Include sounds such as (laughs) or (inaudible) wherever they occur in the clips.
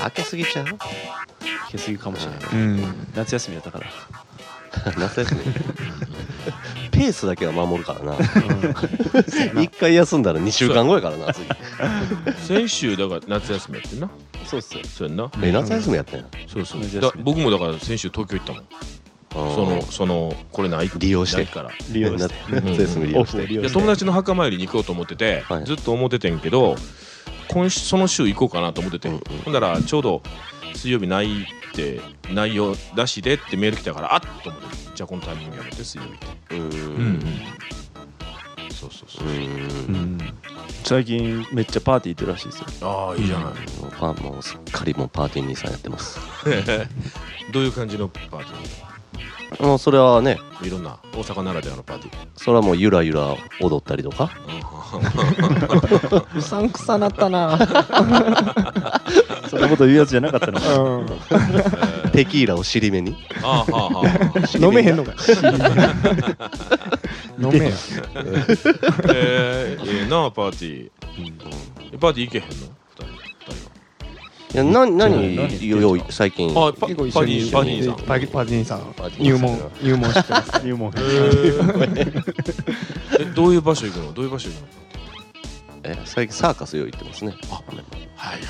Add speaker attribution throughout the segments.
Speaker 1: かけすぎちゃうか
Speaker 2: けすぎかもしれない、
Speaker 3: うん
Speaker 2: 夏休みだったから、
Speaker 1: 夏休み (laughs) ペースだけは守るからな (laughs)
Speaker 2: な
Speaker 1: 一回休んだら2週間後やからな次
Speaker 4: 先週だから夏休みやってんな
Speaker 1: そうっすよ
Speaker 4: そうやんな
Speaker 1: え夏休みやったんや
Speaker 4: そうそう
Speaker 2: 夏休み
Speaker 4: だ僕もだから先週東京行ったもんそのそのこれない
Speaker 1: 利用して
Speaker 4: ないから
Speaker 2: 利用して
Speaker 1: な夏休み利用し
Speaker 2: オフを利
Speaker 1: て
Speaker 2: 用し
Speaker 4: い
Speaker 2: て
Speaker 4: や友達の墓参りに行こうと思ってて、
Speaker 1: はい
Speaker 4: ずっと思っててんけど今週その週行こうかなと思ってて、
Speaker 1: うんうん
Speaker 4: ほんだらちょうど水曜日ないって内容出しでってメール来たからあっと思ってじゃあこのタイミングやめて水曜日って
Speaker 1: うー
Speaker 4: うん
Speaker 1: ん
Speaker 4: そうそうそうう、
Speaker 2: う
Speaker 1: ーん
Speaker 2: ん、最近めっちゃパーティー行ってるらしいですよ
Speaker 4: ああいいじゃない、
Speaker 1: もうパンもうすっかりもうパーティー兄さんやってます
Speaker 4: (laughs) どういう感じのパーティ
Speaker 1: もうそれはね
Speaker 4: ーいろんな大阪ならではのパーティー
Speaker 1: それはもうゆらゆら踊ったりとか
Speaker 3: (laughs) うさんくさなったな
Speaker 2: (laughs) そんなこと言うやつじゃなかったのか
Speaker 3: うん
Speaker 1: テキーラを尻目に (laughs)
Speaker 4: ああはあはあ
Speaker 3: 飲めへんのか飲めや
Speaker 4: えー、ええなパーティー、パーティー行けへんの二人二人はい
Speaker 1: やな何
Speaker 2: 何言ってん
Speaker 1: よ
Speaker 2: の
Speaker 1: よい最近
Speaker 4: あパ
Speaker 3: 結構一
Speaker 4: パ
Speaker 3: 緒
Speaker 4: デ
Speaker 3: に
Speaker 4: ィパディさん
Speaker 3: パディパディさん
Speaker 1: パディさん
Speaker 3: 入門入門してます
Speaker 2: 入門
Speaker 4: え
Speaker 2: 編
Speaker 4: ーえどういう場所行くのどういう場所行くの
Speaker 1: え最近サーカスよ行ってますね
Speaker 4: はいはいはい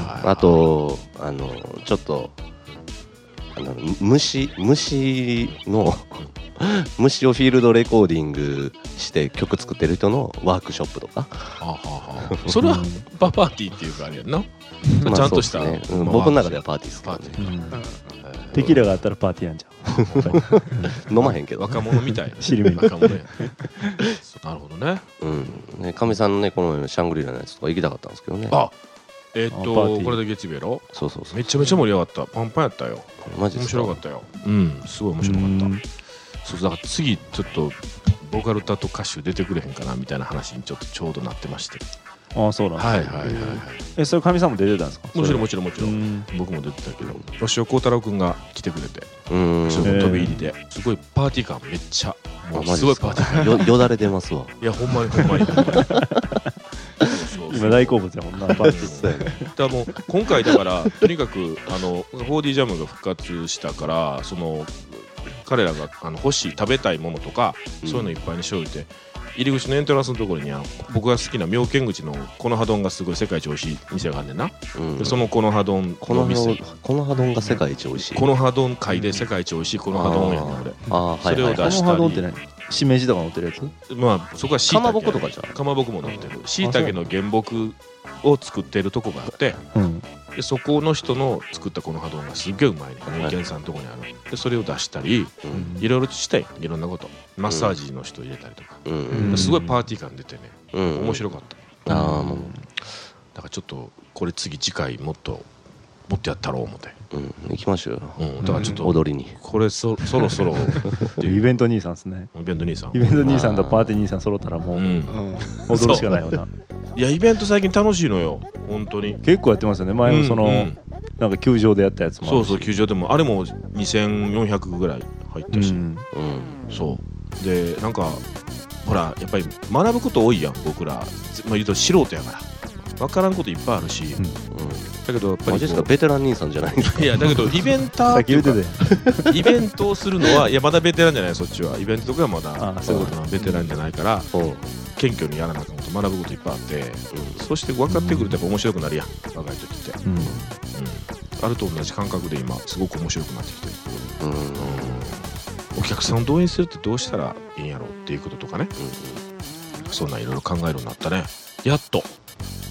Speaker 4: はい
Speaker 1: あとあのちょっとあの虫虫の (laughs) 虫をフィールドレコーディングして曲作ってる人のワークショップと
Speaker 4: (laughs)
Speaker 1: か、
Speaker 4: はははそれはパパーティーっていうかあれやんな
Speaker 1: まあ
Speaker 4: ちゃんとした
Speaker 1: そうですねうん
Speaker 4: まあ
Speaker 1: 僕の中ではパーティーですけ
Speaker 4: パ
Speaker 1: ど
Speaker 4: ー
Speaker 1: ね
Speaker 4: ティ
Speaker 2: う
Speaker 4: ー
Speaker 2: ん
Speaker 4: えー
Speaker 2: テキーラがあったらパーティーやんじ
Speaker 1: 飲まへんけど、
Speaker 4: 若者みたい
Speaker 2: 尻目に
Speaker 4: 若者やなるほどね
Speaker 1: うんね、かみさんのねこの前のシャングリラのやつとか行きたかったんですけどね
Speaker 4: あえー
Speaker 2: あパ
Speaker 4: っ
Speaker 2: ーティ
Speaker 4: と
Speaker 2: ー
Speaker 4: これで月曜日やろ
Speaker 1: そうそうそう
Speaker 4: めちゃめちゃ盛り上がったパンパンやったよ
Speaker 1: マジ
Speaker 4: 面
Speaker 1: です
Speaker 4: 白かったようんすごい面
Speaker 2: ゃん
Speaker 4: 白かった
Speaker 2: うん
Speaker 4: そうだから次ちょっとボーカル歌と歌手出てくれへんかなみたいな話にちょっとちょうどなってまして
Speaker 2: ああそうなんだ
Speaker 4: はいはいはいはい
Speaker 2: えそれかみさんも出てたんですか
Speaker 4: もちろんも
Speaker 2: ち
Speaker 4: ちろんもちろ
Speaker 2: うんん
Speaker 4: 僕も出てたけど吉尾幸太郎君が来てくれて
Speaker 1: うーん
Speaker 4: 吉尾君飛び入りですごいパーティー感めっちゃも
Speaker 1: あ
Speaker 4: う
Speaker 1: マ
Speaker 4: す
Speaker 1: ジ
Speaker 4: ご
Speaker 1: で
Speaker 4: い
Speaker 1: す
Speaker 4: パー
Speaker 1: か
Speaker 4: ティー感
Speaker 1: よよだれ出ます
Speaker 4: (laughs)
Speaker 1: わ
Speaker 4: いやほんまにほんまにほんまにそうそうそう
Speaker 2: 今大好物やもんな
Speaker 4: (laughs)
Speaker 2: パーティー
Speaker 4: だからもう今回だからとにかくあの 4D ジャムが復活したからその彼らがあの欲しい食べたいものとか、
Speaker 1: うん
Speaker 4: そういうのいっぱいにしておいて入り口のエントランスのところにあの僕が好きな妙見口のこの葉丼がすごい世界一美味しい店があんねんな、
Speaker 1: うん
Speaker 4: でそのこの葉丼
Speaker 1: こ
Speaker 4: の
Speaker 1: の
Speaker 4: 店
Speaker 1: 葉この葉丼が世界一美味しい
Speaker 4: この葉丼界で世界一美味しいこの葉丼やねん俺
Speaker 1: あーあーはいはい
Speaker 4: それを
Speaker 1: は
Speaker 4: 出
Speaker 1: い
Speaker 4: し
Speaker 2: この波動って何しめじとか乗ってるやつ
Speaker 4: まあそこはしいたけ
Speaker 1: かまぼことかじゃん
Speaker 4: かまぼこも乗ってるしいたけの原木を作ってるとこがあって
Speaker 2: うん
Speaker 4: でそこの人の作ったこの波動がすっげえうまいね三重県さんのとこにあるでそれを出したり
Speaker 1: うん
Speaker 4: いろいろしたいいろんなことマッサージの人入れたりとか、
Speaker 1: うん
Speaker 2: うん
Speaker 4: すごいパーティー感出てね、
Speaker 1: うん
Speaker 4: 面白かった
Speaker 1: ああもう
Speaker 4: だからちょっとこれ次次回もっともっとやったろう思って、
Speaker 1: うん、行きましょうよ、
Speaker 4: うん、だからちょっと
Speaker 1: 踊りに
Speaker 4: これそそろそろって
Speaker 2: イ
Speaker 4: いう
Speaker 2: ベント兄さんですね
Speaker 4: イベント兄さん
Speaker 2: イベント兄さんとパーティー兄さん揃ったらも
Speaker 4: う
Speaker 2: うん踊るしかないよな
Speaker 4: うんいやイベント最近楽しいのよ本当に
Speaker 2: 結構やってますよね前もその、
Speaker 4: うんうん
Speaker 2: なんか球場でやったやつもあ
Speaker 4: そ
Speaker 2: る
Speaker 4: う
Speaker 2: し
Speaker 4: そう球場でもあれも2400ぐらい入ったし、
Speaker 2: うん
Speaker 1: うん
Speaker 4: そうでなんかほらやっぱり学ぶこと多いやん僕ら、ぜまあ、言うと素人やから分からんこといっぱいあるし、
Speaker 2: ん
Speaker 1: う
Speaker 4: だけどやっ
Speaker 1: ん
Speaker 4: ぱ
Speaker 1: マ
Speaker 4: り
Speaker 1: ジですか
Speaker 4: こ
Speaker 1: ベテラン兄さんじゃないんですか
Speaker 4: ういやだけどイベンタ
Speaker 2: (laughs) さっ
Speaker 4: ーって
Speaker 2: き
Speaker 4: い
Speaker 2: 言
Speaker 4: う
Speaker 2: うて
Speaker 4: か
Speaker 2: たよ
Speaker 4: イベントをするのはいやまだベテランじゃないそっちはイベントとかまだ
Speaker 2: あそういうこと
Speaker 4: ベテランじゃないから (laughs)
Speaker 1: うん
Speaker 4: 謙虚にやらなあかんこと学ぶこといっぱいあって、そして分かってくるとやっぱ面白くなるやん若い時って、
Speaker 2: うん
Speaker 4: うん、あると同じ感覚で今すごく面白くなってきてる
Speaker 1: うんうん
Speaker 4: お客さんを動員するってどうしたらいいんやろうっていうこととかねそんなんいろいろ考えるようになったねやっと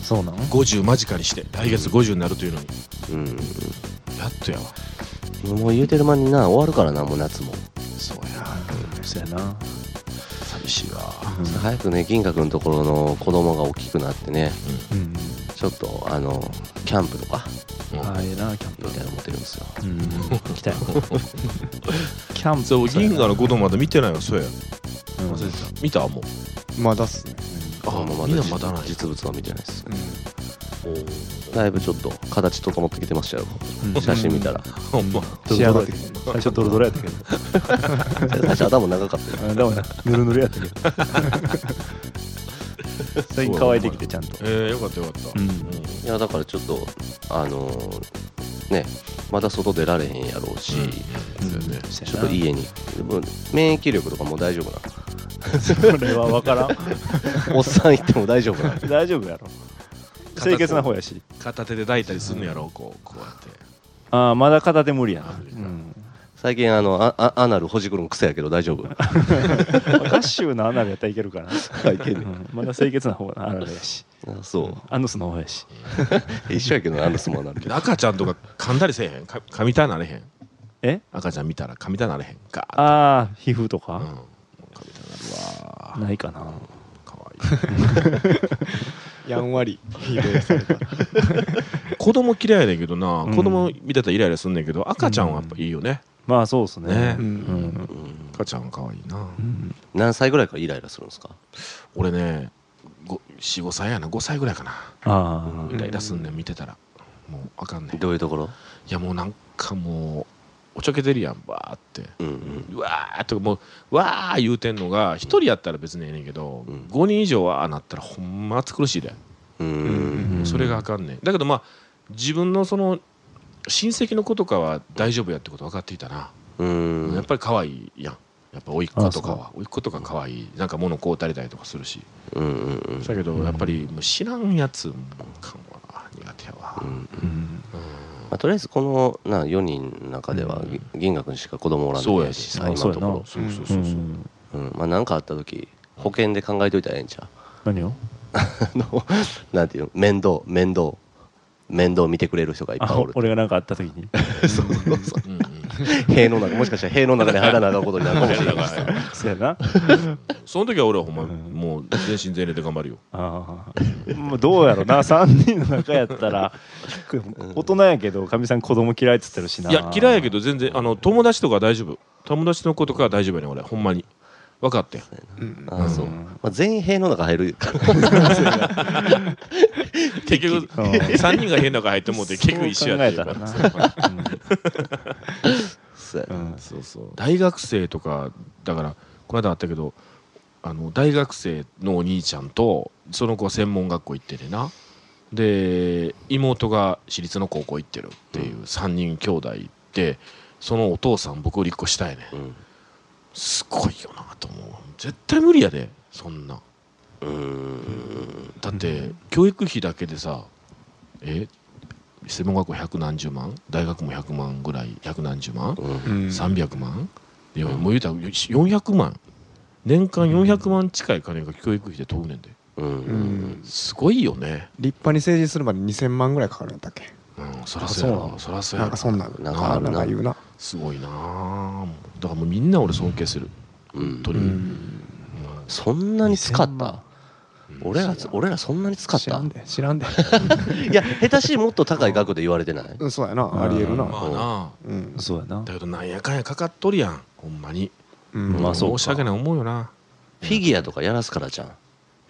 Speaker 2: そうなの
Speaker 4: 50間近にして来月50になるというのに
Speaker 1: うん
Speaker 4: やっとやわ
Speaker 1: うんもう言うてる間にな終わるからなもう夏も
Speaker 4: そうや
Speaker 2: そうやな
Speaker 4: 寂しいわ
Speaker 1: 早くね銀河君のところの子供が大きくなってね
Speaker 2: うん
Speaker 1: ちょっとあのキャンプとか
Speaker 2: ああええなキャン
Speaker 1: みたいなの持ってるんですよ
Speaker 2: プうん来たよキャンプ
Speaker 4: そう銀河
Speaker 2: の
Speaker 4: のことまだ見てないわそうや
Speaker 2: うん
Speaker 4: 忘れてた見たもう
Speaker 3: まだっすね
Speaker 1: 子供
Speaker 4: みんなまだない
Speaker 1: 実物は見てないですね
Speaker 4: おー
Speaker 1: だいぶちょっと形整ってきてましたよ
Speaker 2: うん
Speaker 1: 写真見たら
Speaker 4: ほんま
Speaker 3: 仕上がってきて
Speaker 2: 最初ドロドロやったけど
Speaker 1: 最初頭長かったよ
Speaker 2: あでもなぬるぬるやったけど最近乾いてきてちゃんと
Speaker 4: (laughs) えー、よかったよかった、
Speaker 2: うん
Speaker 1: いやだからちょっとあのーねまだ外出られへんやろうし、
Speaker 4: うん
Speaker 2: そうやね
Speaker 1: ちょっと家にでも免疫力とかもう大丈夫な
Speaker 2: それは分からん
Speaker 1: のおっさん行っても大丈夫な (laughs) の
Speaker 2: 大丈夫やろ清潔な方やし
Speaker 4: 片手で抱いたりするのやろこうこうやって
Speaker 2: ああまだ片手無理やな、
Speaker 4: う
Speaker 1: 最近あのああアナルほじくるの癖やけど大丈夫
Speaker 2: ガッシュのアナルやったらいけるからな、
Speaker 1: いけんね
Speaker 2: うんまだ清潔な方のアナルやし
Speaker 1: (laughs) んあそ
Speaker 2: アヌスの方やし
Speaker 1: う一緒やけどアナスもアナル
Speaker 4: けど赤ちゃんとか噛んだりせえへんか噛みたいなれへん
Speaker 2: え
Speaker 4: 赤ちゃん見たら噛みたいなれへんか
Speaker 2: ああ皮膚と
Speaker 4: うん
Speaker 2: か、
Speaker 4: 噛みたいなるわ
Speaker 2: ないかな
Speaker 4: かわい (laughs) い
Speaker 3: やんわり否定された。
Speaker 4: 子供嫌いやねんけどな、
Speaker 2: うん
Speaker 4: 子供見てたらイライラすんねんけど赤ちゃんはやっぱいいよね、
Speaker 2: まあそうですね
Speaker 4: ね
Speaker 2: うん
Speaker 1: うん
Speaker 4: 赤ちゃんはかわいいな、
Speaker 2: うん
Speaker 1: (laughs) 何歳ぐらいからイライラするんですか
Speaker 4: 俺ね45歳やな5歳ぐらいかな
Speaker 2: あ
Speaker 4: イライラすんねん見てたらもうあかんねんい
Speaker 1: どういうところ
Speaker 4: やもうなんかもうおちょけてるやんバーって
Speaker 1: うんうん
Speaker 4: うわーとかもうわー言うてんのが1人やったら別にええねんけど、
Speaker 1: うん
Speaker 4: 5人以上はああなったらほんま暑苦しいで、
Speaker 1: うー
Speaker 2: うん
Speaker 1: ん
Speaker 4: それがあかんねんだけどまあ自分のその親戚の子とかは大丈夫やってこと分かっていたな、
Speaker 1: う
Speaker 4: や
Speaker 1: ん
Speaker 4: っぱり可愛いやんやっぱ甥っ子とか
Speaker 2: あ
Speaker 4: は甥っ子とか可愛いなんか物買うたりたりとかするし
Speaker 1: うんうんうん
Speaker 4: だけど
Speaker 2: うん
Speaker 4: やっぱりもう知らんやつもかもな苦手やわ
Speaker 1: う、ん
Speaker 2: うん
Speaker 1: まあとりあえずこのな4人の中ではぎ銀河君しか子供おらん
Speaker 4: そう
Speaker 1: の
Speaker 4: やし
Speaker 1: 今の
Speaker 2: そう
Speaker 1: と
Speaker 2: や
Speaker 1: こ
Speaker 2: な
Speaker 1: ろ
Speaker 4: そうそ
Speaker 2: う
Speaker 4: うそうそう、
Speaker 2: ん
Speaker 1: うんまあ何かあった時保険で考えといたらええんちゃう
Speaker 2: 何を
Speaker 1: あのなんていうの面倒面倒面倒見てくれる人がいっぱい
Speaker 2: あ
Speaker 1: おる
Speaker 2: 俺が何かあった時 (laughs) に
Speaker 4: うんうん
Speaker 1: 塀の中もしかしたら塀の中に入らなあかんことになるかもしれな
Speaker 4: (laughs)
Speaker 1: い
Speaker 4: だから
Speaker 2: そうやな
Speaker 4: その時は俺はほんま、
Speaker 2: うん
Speaker 4: もう全身全霊で頑張るよ
Speaker 2: ああもうどうやろ (laughs) うな3人の中やったら大人やけどかみさん子供嫌いっつってるしない
Speaker 4: いや嫌いやけど全然あの友達とかは大丈夫友達の子とかは大丈夫やねん俺ほんまに分かってん
Speaker 3: うん
Speaker 1: ああそう、
Speaker 2: うん
Speaker 1: まあ、全員塀の中入るから
Speaker 4: 結局
Speaker 2: うん
Speaker 4: 3人が変な中入ってもうて結局一緒やって
Speaker 2: そう考
Speaker 4: そうか
Speaker 2: (laughs)
Speaker 1: そう
Speaker 2: う
Speaker 1: や
Speaker 2: ん
Speaker 4: そうそう大学生とかだからこの間あったけどあの大学生のお兄ちゃんとその子は専門学校行っててなで妹が私立の高校行ってるっていう3人兄弟でそのお父さん僕より1個下やねん
Speaker 1: うん
Speaker 4: すごいよなと思う絶対無理やでそんな
Speaker 1: うーん
Speaker 4: だって教育費だけでさえ専門学校百何十万大学も100万ぐらい百何十万、
Speaker 1: うん
Speaker 3: うん
Speaker 4: 300万いやもう言うたら400万年間400万近い金が教育費で飛ぶねんで
Speaker 1: うん
Speaker 3: う
Speaker 1: うん
Speaker 3: ん
Speaker 4: すごいよね
Speaker 3: 立派に成人するまで2000万ぐらいかかるんやったっけ
Speaker 4: うんそらそうや
Speaker 2: あそうな
Speaker 4: ろそらそう
Speaker 3: な
Speaker 4: や
Speaker 3: んか
Speaker 4: ろ
Speaker 3: そんな
Speaker 1: なん
Speaker 4: かある
Speaker 1: な
Speaker 3: 言うな
Speaker 4: すごいなあだからもうみんな俺尊敬する
Speaker 1: うん
Speaker 4: 本当
Speaker 3: う
Speaker 4: に、
Speaker 3: ん
Speaker 1: そんなに使った
Speaker 4: うん
Speaker 1: 俺ら俺らそんなに使っ
Speaker 3: 知
Speaker 1: た
Speaker 3: らんで知らんで
Speaker 1: いや下手しいもっと高い額で言われてない
Speaker 3: うんそうやなありえるな
Speaker 4: まあな
Speaker 3: うん
Speaker 2: そうやな
Speaker 4: あだけどなんやかんやかかっとるやんほんまに
Speaker 3: うん
Speaker 2: まあそうか
Speaker 4: 申し訳ない思うよな
Speaker 1: フィギュアとかやらすからじゃん
Speaker 2: フ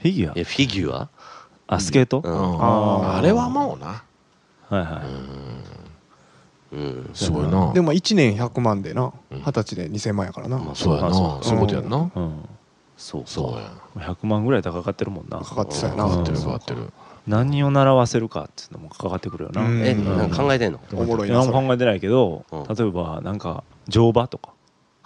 Speaker 2: ィギュア
Speaker 1: えフィギュア
Speaker 2: あスケート
Speaker 1: う
Speaker 4: うん
Speaker 1: ん
Speaker 4: あれはもうな
Speaker 2: はいうは
Speaker 4: ん
Speaker 1: うん
Speaker 4: すごいな
Speaker 3: でも1年100万でな
Speaker 4: うん
Speaker 3: 二十歳で2000万やからな
Speaker 1: まあ
Speaker 4: そうやな
Speaker 2: あ
Speaker 4: そ
Speaker 2: そう
Speaker 4: いうことやんな
Speaker 2: いう
Speaker 1: そう
Speaker 4: そう
Speaker 1: そう
Speaker 4: や
Speaker 2: ん100万ぐらい高かってるもんな
Speaker 3: かかってたや
Speaker 4: か
Speaker 3: な
Speaker 4: かってる
Speaker 2: うん
Speaker 4: かかってる
Speaker 2: 何を習わせるかっていうのもかかってくるよな
Speaker 3: うん
Speaker 1: え
Speaker 3: うん
Speaker 1: なんか考えてんの
Speaker 3: おもろいな
Speaker 2: 何
Speaker 3: そ
Speaker 2: も
Speaker 3: れ
Speaker 2: 考えてないけど
Speaker 1: うん
Speaker 2: 例えばなんか乗馬とか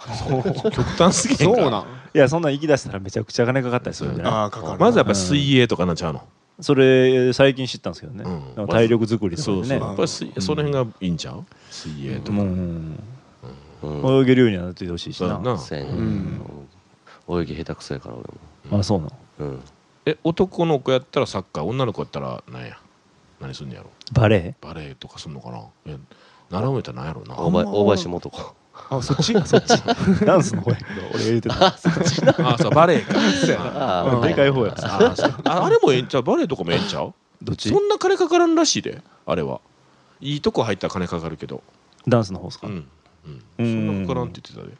Speaker 4: (laughs) 極端すぎへ
Speaker 3: そ
Speaker 4: んか
Speaker 3: うなん
Speaker 2: いやそんなん行き出したらめちゃくちゃ金かかったりするんじゃない
Speaker 3: あーかかるな
Speaker 4: まずやっぱり水泳とかなんちゃうの、
Speaker 2: それ最近知ったんですけどね
Speaker 4: うん
Speaker 2: なんか体力作りと
Speaker 4: そう
Speaker 2: か
Speaker 4: そう
Speaker 2: で
Speaker 4: や
Speaker 2: ね
Speaker 4: っぱり水その辺がいいんちゃう水泳とか、
Speaker 2: もうん
Speaker 1: うん
Speaker 2: 泳げるようにはなってほしいし
Speaker 4: そうや
Speaker 2: な
Speaker 4: な
Speaker 1: そうやね
Speaker 3: うん
Speaker 1: 泳ぎ下手くそやから俺
Speaker 2: あそうなの
Speaker 1: もうん
Speaker 4: え男の子やったらサッカー女の子やったら何や何すんのやろ
Speaker 2: バレ
Speaker 4: バレエとかすんのかなえ習うんやったら何やろうな
Speaker 1: 大林大林素子
Speaker 3: あそっちそっち
Speaker 4: (laughs)
Speaker 2: エダンスの方や俺入れてた
Speaker 4: あ (laughs) そうバレエかあ
Speaker 1: あー
Speaker 2: でかい方や
Speaker 4: あそうああれもええんちゃうバレエとかもええんちゃう
Speaker 2: どっち
Speaker 4: そんな金かからんらしいであれはいいとこ入ったら金かかるけど
Speaker 2: ダンスの方です
Speaker 4: う
Speaker 2: か
Speaker 4: んうん
Speaker 2: う
Speaker 4: そ
Speaker 2: ん
Speaker 4: んなかからんって言ってたで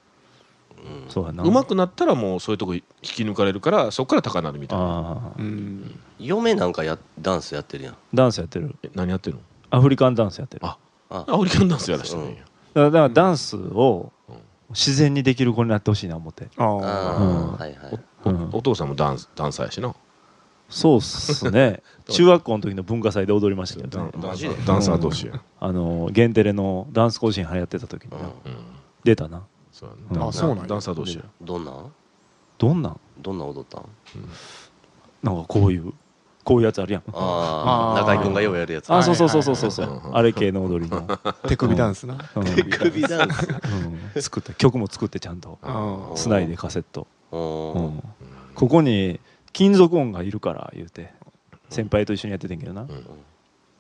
Speaker 2: そうやな
Speaker 4: うまくなったらもうそういうとこ引き抜かれるからそこから高なるみたいな
Speaker 2: ああ
Speaker 3: うん
Speaker 1: 嫁なんかやダンスやってるやん
Speaker 2: ダンスやってる
Speaker 4: え何やってるの
Speaker 2: アフリカンダンスやってる
Speaker 4: あ
Speaker 1: あ
Speaker 4: アフリカンダンスやらしてるんや
Speaker 2: だからだからダンスを
Speaker 4: うん
Speaker 2: 自然にできる子になってほしいな思って
Speaker 3: あ
Speaker 1: あ
Speaker 3: あ
Speaker 1: ーはいはい
Speaker 2: うん
Speaker 4: お父さんもダンスダンサーやしな
Speaker 2: そうっす
Speaker 4: (laughs)
Speaker 2: ね中学校の時の文化祭で踊りましたけど、ね、
Speaker 1: マジで
Speaker 5: ダンサー同士や。
Speaker 2: あのゲンテレのダンス甲子園流行ってた時にな、
Speaker 1: うん
Speaker 4: うん
Speaker 2: 出たな
Speaker 4: そう
Speaker 2: うん
Speaker 4: や
Speaker 5: あそうなんや
Speaker 4: ダンサー同士や
Speaker 1: どんなん
Speaker 2: どんなん
Speaker 1: どんなん踊ったん
Speaker 2: なんかこういうこういうやつあるやん
Speaker 1: ああ
Speaker 5: あー
Speaker 1: 中居君がようやるやつ
Speaker 2: あ
Speaker 5: はい
Speaker 2: そうそうそうそうそうそう、
Speaker 4: はいはいはい
Speaker 2: あれ系の踊りの、
Speaker 5: 手首ダンスな。
Speaker 2: うん
Speaker 1: 首ダンス
Speaker 2: うん作った曲も作ってちゃんと
Speaker 5: うん
Speaker 2: つないでカセット、
Speaker 1: (laughs) お
Speaker 2: う
Speaker 1: ー
Speaker 2: んここに金属音がいるから言うて先輩と一緒にやっててんけどな、